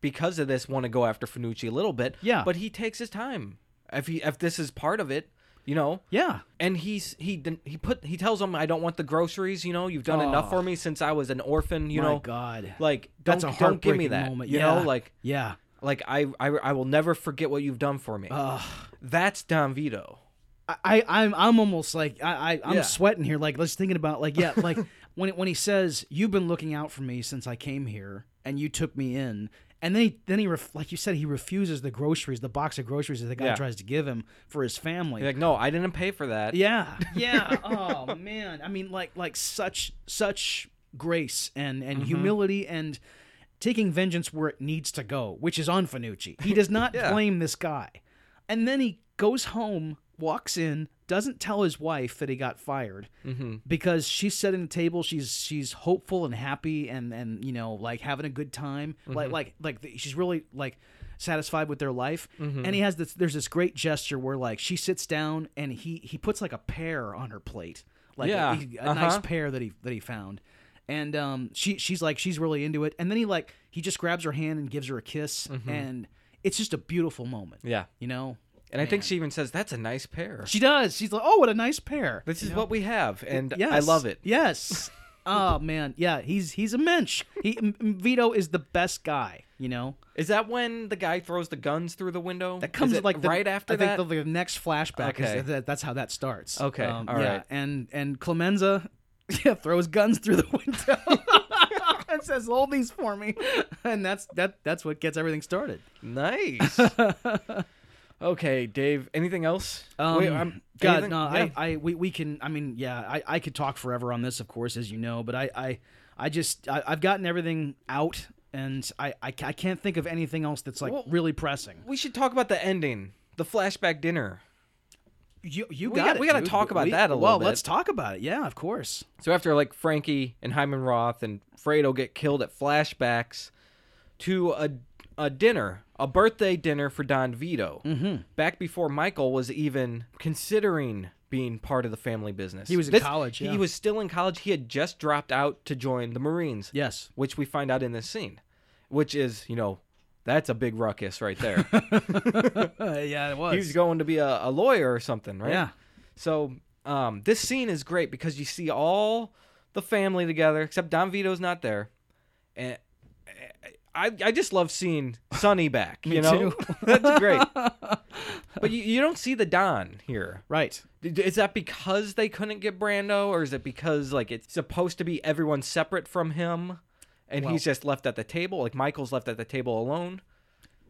S1: because of this want to go after Finucci a little bit.
S2: Yeah.
S1: But he takes his time. If he if this is part of it, you know,
S2: Yeah.
S1: and he's he den- he put he tells him I don't want the groceries, you know, you've done
S2: Oh.
S1: enough for me since I was an orphan, you
S2: My
S1: know.
S2: God.
S1: Like don't
S2: That's a
S1: don't give me
S2: heartbreaking
S1: that.
S2: moment.
S1: You
S2: yeah.
S1: know, like
S2: yeah.
S1: like I, I I will never forget what you've done for me.
S2: Ugh.
S1: That's Don Vito.
S2: I, I I'm I'm almost like I, I I'm
S1: Yeah.
S2: sweating here. Like just thinking about like yeah like when it, when he says you've been looking out for me since I came here and you took me in. And then he, then he ref, like you said, he refuses the groceries, the box of groceries that the guy
S1: Yeah.
S2: tries to give him for his family.
S1: You're like, no, I didn't pay for that.
S2: Yeah. Yeah. oh man. I mean like like such such grace and and humility and taking vengeance where it needs to go, which is on Fanucci. He does not
S1: Yeah.
S2: blame this guy. And then he goes home, walks in, doesn't tell his wife that he got fired
S1: Mhm.
S2: because she's setting the table, she's she's hopeful and happy and and you know like having a good time. Like like like the, she's really like satisfied with their life.
S1: Mm-hmm.
S2: And he has this there's this great gesture where like she sits down and he he puts like a pear on her plate. Like
S1: Yeah,
S2: a, a nice
S1: uh-huh.
S2: pear that he that he found. And um, she she's like she's really into it, and then he like he just grabs her hand and gives her a kiss, and it's just a beautiful moment.
S1: Mm-hmm. Yeah.
S2: you know,
S1: And I think she even says, that's a nice pair.
S2: she does. She's like, oh, what a nice pair.
S1: This
S2: You
S1: is
S2: know?
S1: what we have. And
S2: Yes.
S1: I love it.
S2: Yes. oh man, yeah. He's he's a mensch. He M- M- Vito is the best guy. You know
S1: Is that when the guy throws the guns through the window?
S2: that comes
S1: Is it
S2: like the,
S1: right after
S2: I
S1: that?
S2: think the, the next flashback
S1: Okay.
S2: is that, that's how that starts. Um,
S1: Okay, all
S2: yeah.
S1: right.
S2: And and Clemenza. Yeah, throws guns through the window and says, "Hold these for me," and that's that. That's what gets everything started.
S1: Nice. okay, Dave. Anything else?
S2: Um,
S1: Wait, I'm-
S2: God,
S1: anything?
S2: no,
S1: Yeah.
S2: I, I, we, we can. I mean, yeah, I, I could talk forever on this, of course, as you know, but I, I, I just, I, I've gotten everything out, and I, I, ca- I can't think of anything else that's like
S1: Well-
S2: really pressing.
S1: We should talk about the ending, the flashback dinner.
S2: You, you
S1: We got-
S2: it,
S1: we gotta
S2: dude.
S1: talk about that a
S2: Well,
S1: little
S2: let's
S1: bit.
S2: talk about it. Yeah, of course.
S1: So after like Frankie and Hyman Roth and Fredo get killed at flashbacks to a a dinner, a birthday dinner for Don Vito, mm-hmm. back before Michael was even considering being part of the family business.
S2: He was in college, yeah.
S1: He was still in college. He had just dropped out to join the Marines.
S2: Yes.
S1: Which we find out in this scene, which is, you know, that's a big ruckus right there.
S2: yeah, it was.
S1: he was going to be a, a lawyer or something, right?
S2: Yeah.
S1: So um, this scene is great because you see all the family together, except Don Vito's not there. And eh, I, I just love seeing Sonny back.
S2: Me
S1: you know,
S2: too.
S1: that's great. But you, you don't see the Don here.
S2: Right.
S1: Is that because they couldn't get Brando, or is it because like it's supposed to be everyone separate from him, and
S2: Well-
S1: he's just left at the table? Like Michael's left at the table alone.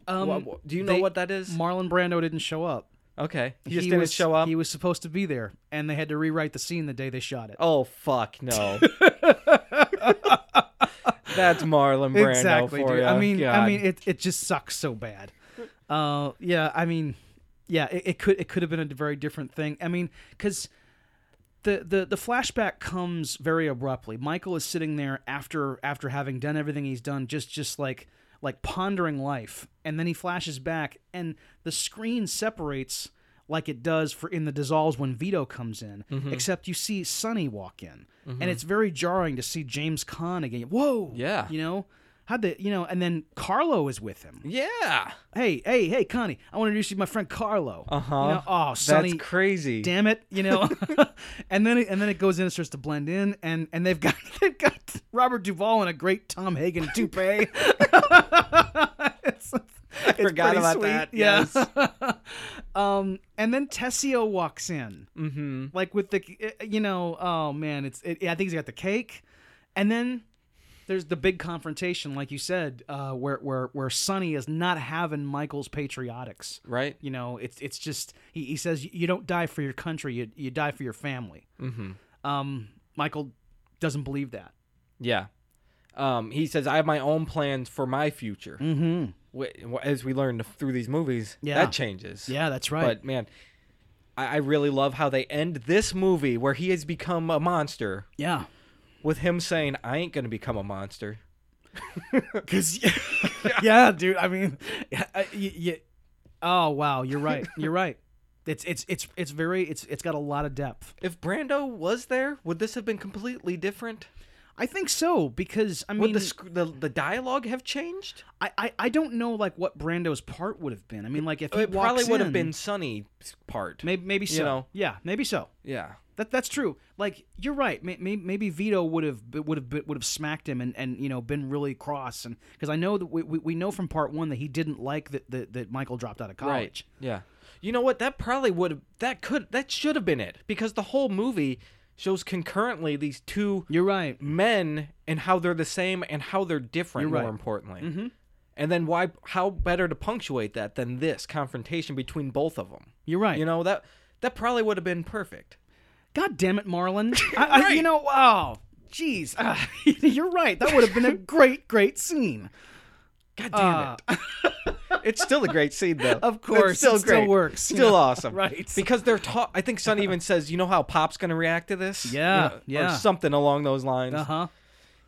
S2: Um,
S1: Wha- wha- do you know
S2: they-
S1: what that is?
S2: Marlon Brando didn't show up.
S1: Okay, he just didn't
S2: was,
S1: show up.
S2: He was supposed to be there, and they had to rewrite the scene the day they shot it.
S1: Oh fuck no. That's Marlon Brando
S2: exactly,
S1: for
S2: dude.
S1: ya.
S2: I mean, I
S1: God.
S2: mean, it it just sucks so bad. Uh, yeah, I mean, yeah, it, it could it could have been a very different thing. I mean, because the, the the flashback comes very abruptly. Michael is sitting there after after having done everything he's done, just just like like pondering life, and then he flashes back, and the screen separates like it does for in the dissolves when Vito comes in.
S1: Mm-hmm.
S2: Except you see Sonny walk in, and it's very jarring to see James Caan again. Whoa,
S1: Yeah.
S2: you know. How'd they, you know, and then Carlo is with him.
S1: yeah.
S2: Hey, hey, hey, Connie, I want to introduce you to my friend Carlo. Uh
S1: Uh-huh.
S2: You know, oh, Sonny,
S1: That's crazy.
S2: damn it, you know. and then it, and then it goes in and starts to blend in, and and they've got they've got Robert Duvall in a great Tom Hagen toupee. It's- it's
S1: forgot
S2: pretty
S1: about
S2: sweet,
S1: that,
S2: Yeah. um, and then Tessio walks in, mm-hmm. like with the you know, oh man, it's it, I think he's got the cake, and then. There's the big confrontation, like you said, uh, where where where Sonny is not having Michael's patriotics
S1: Right?
S2: you know it's it's just he, he says you don't die for your country you, you die for your family mm-hmm. um michael doesn't believe that
S1: Yeah. Um, he says, I have my own plans for my future.
S2: mm-hmm.
S1: Wh- wh- As we learn through these movies,
S2: Yeah.
S1: that changes.
S2: yeah that's right
S1: But man, I-, I really love how they end this movie where he has become a monster
S2: yeah
S1: with him saying, I ain't going to become a monster.
S2: because yeah dude i mean yeah, I- Uh, y- y- oh wow you're right you're right it's it's it's it's very it's it's got a lot of depth
S1: If Brando was there, would this have been completely different?
S2: i think so because i
S1: Would
S2: mean
S1: the, sc- the the dialogue have changed?
S2: I, I i don't know like what brando's part would have been i mean like if he
S1: it probably
S2: walks
S1: would have
S2: in,
S1: been Sunny's part.
S2: maybe maybe so
S1: know.
S2: yeah maybe so
S1: Yeah.
S2: That that's true. Like you're right. May- may- Maybe Vito would have would have would have smacked him and, and you know been really cross and because I know that we, we, we know from part one that he didn't like that, that that Michael dropped out of college.
S1: Yeah. You know what? That probably would have that could that should have been it because the whole movie shows concurrently these two
S2: You're right.
S1: men and how they're the same and how they're different
S2: You're right. Mm-hmm.
S1: more importantly. And then why how better to punctuate that than this confrontation between both of them.
S2: You're right.
S1: You know that that probably would have been perfect.
S2: God damn it, Marlon. I, I, you know. Wow. Jeez. Ah, you're right. That would have been a great great scene.
S1: God damn it. It's still a great scene though.
S2: Uh, Of
S1: It's
S2: course,
S1: still
S2: it still
S1: great.
S2: works, you
S1: Still
S2: know?
S1: awesome.
S2: Right.
S1: Because they're taught I think Sonny even says, "You know how Pop's going to react to this?"
S2: Yeah,
S1: You know,
S2: yeah.
S1: Or something along those lines.
S2: Uh huh.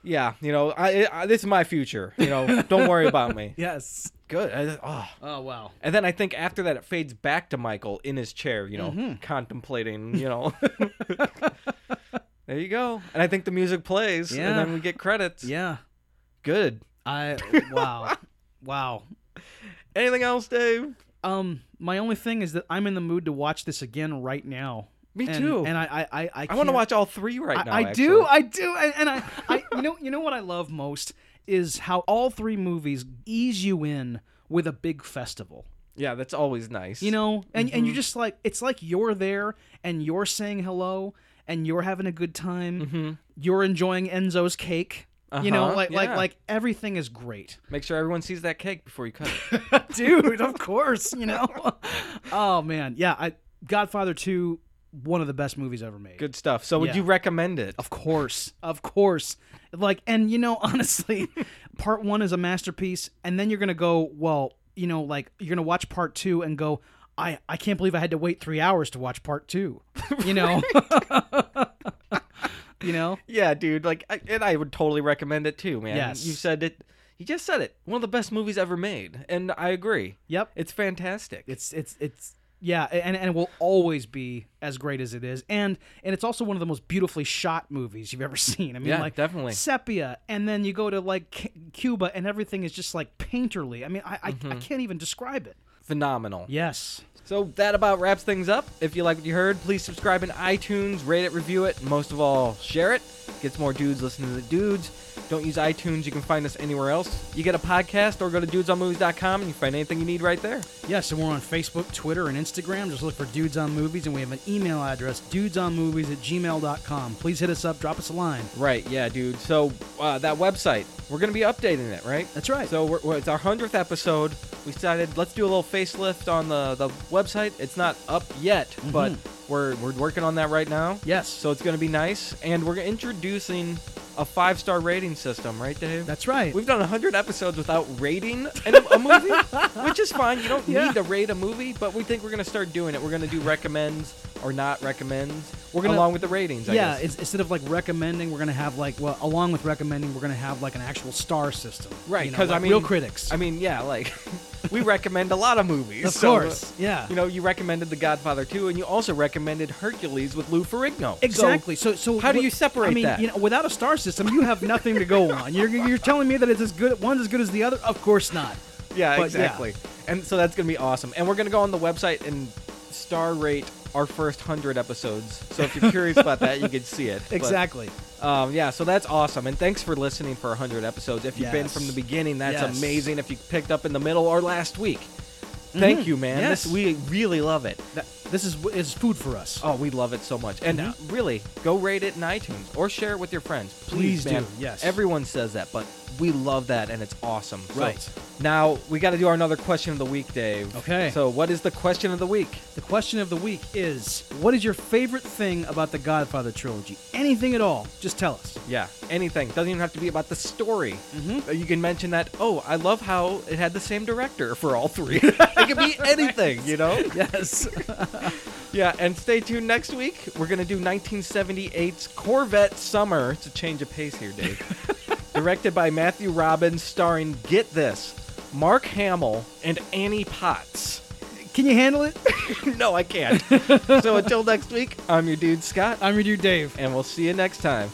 S1: yeah, you know, I, I this is my future. You know, don't worry about me.
S2: Yes.
S1: Good. I, oh.
S2: Oh wow.
S1: And then I think after that, it fades back to Michael in his chair. You know,
S2: Mm-hmm.
S1: contemplating. You know. there you go. And I think the music plays,
S2: Yeah.
S1: and then we get credits.
S2: Yeah.
S1: Good.
S2: I wow wow.
S1: Anything else, Dave?
S2: Um, my only thing is that I'm in the mood to watch this again right now.
S1: Me
S2: And-
S1: too.
S2: And I I I, I,
S1: I want to
S2: can't-
S1: watch all three right now.
S2: I, I do,
S1: actually.
S2: I do, and, and I, I, you know, you know what I love most is how all three movies ease you in with a big festival.
S1: Yeah, that's always nice.
S2: You know, and
S1: Mm-hmm.
S2: and you're just like it's like you're there and you're saying hello and you're having a good time. You're enjoying Enzo's cake. You know,
S1: Mm-hmm. Uh-huh,
S2: like like
S1: yeah.
S2: like everything is great,
S1: make sure everyone sees that cake before you cut it.
S2: dude. Of course, you know. oh man, yeah. I Godfather Two, one of the best movies ever made.
S1: Good stuff. So, would
S2: Yeah.
S1: you recommend it?
S2: Of course, of course. Like, and you know, honestly, part one is a masterpiece, and then you're gonna go, well, you know, like you're gonna watch part two and go, I, I can't believe I had to wait three hours to watch part two. You know, you know,
S1: Yeah, dude. Like, I, and I would totally recommend it too, man.
S2: Yes.
S1: You said it. He just said it. One of the best movies ever made, and I agree.
S2: Yep.
S1: It's fantastic.
S2: It's it's it's yeah, and and it will always be as great as it is, and and it's also one of the most beautifully shot movies you've ever seen. I mean,
S1: Yeah,
S2: like
S1: definitely.
S2: sepia, and then you go to like C- Cuba, and everything is just like painterly. I mean, I I,
S1: Mm-hmm.
S2: I can't even describe it.
S1: phenomenal.
S2: Yes,
S1: So that about wraps things up. If you like what you heard, please subscribe in iTunes, rate it, review it, and most of all, share it. Gets more dudes listening to the dudes. Don't use iTunes. You can find us anywhere else. You get a podcast or go to dudesonmovies.com and you find anything you need right there.
S2: yes, and we're on Facebook, Twitter, and Instagram. Just look for Dudes on Movies, and we have an email address, dudesonmovies at gmail.com. Please hit us up, drop us a line.
S1: Right, yeah, dude. So uh, that website, we're going to be updating it, right?
S2: That's right.
S1: So we're, we're- it's our 100th episode. We decided let's do a little facelift on the, the website. It's not up yet, but we're, we're working on that right now.
S2: Mm-hmm. yes,
S1: So it's going to be nice. And we're introducing a five star rating system, right, Dave?
S2: that's right.
S1: We've done 100 episodes without rating an, a movie, which is fine. You don't
S2: Yeah.
S1: need to rate a movie, but we think we're going to start doing it. We're going to do recommends or not recommends
S2: We're gonna-
S1: along with the ratings, I
S2: yeah,
S1: guess.
S2: it's, instead of like recommending, we're gonna have like well, along with recommending, we're gonna have like an actual star system,
S1: Right,
S2: you know,
S1: 'cause, I
S2: like
S1: mean-
S2: real critics.
S1: I mean, yeah, like we recommend a lot of movies.
S2: Of
S1: so, uh,
S2: course, yeah.
S1: You know, you recommended The Godfather 2 and you also recommended Hercules with Lou Ferrigno. So-
S2: exactly. So, so
S1: how do
S2: what-
S1: you separate
S2: I mean,
S1: that?
S2: you know, without a star system, you have nothing to go on. You're you're telling me that it's as good one's as good as the other? Of course not.
S1: yeah,
S2: But,
S1: exactly. And so that's gonna be awesome. And we're gonna go on the website and star rate our first hundred episodes. So if you're curious about that, you can see it. But,
S2: Exactly.
S1: um, yeah. So that's awesome. And thanks for listening for hundred episodes. If you've been
S2: Yes.
S1: from the beginning, that's
S2: Yes.
S1: amazing. If you picked up in the middle or last week, thank you, man. This
S2: Mm-hmm. Yes.
S1: we really love it.
S2: That, this is is food for us.
S1: Oh, we love it so much. And
S2: Mhm.
S1: uh, really, go rate it in iTunes or share it with your friends. Please,
S2: Please
S1: man.
S2: do, yes.
S1: Everyone says that, but we love that and it's awesome. So,
S2: Right.
S1: now we got to do our another question of the week, Dave.
S2: Okay.
S1: So what is the question of the week?
S2: The question of the week is: What is your favorite thing about the Godfather trilogy? Anything at all? Just tell us.
S1: Yeah, anything. Doesn't even have to be about the story.
S2: Mm-hmm.
S1: Uh, You can mention that, oh, I love how it had the same director for all three. it could be anything, you know?
S2: Yes.
S1: Yeah, and stay tuned next week. We're going to do 1978's Corvette Summer. It's a change of pace here, Dave. Directed by Matthew Robbins, starring, get this, Mark Hamill and Annie Potts.
S2: Can you handle it?
S1: no, I can't. so until next week, I'm your dude, Scott,
S2: I'm your dude, Dave.
S1: and we'll see you next time.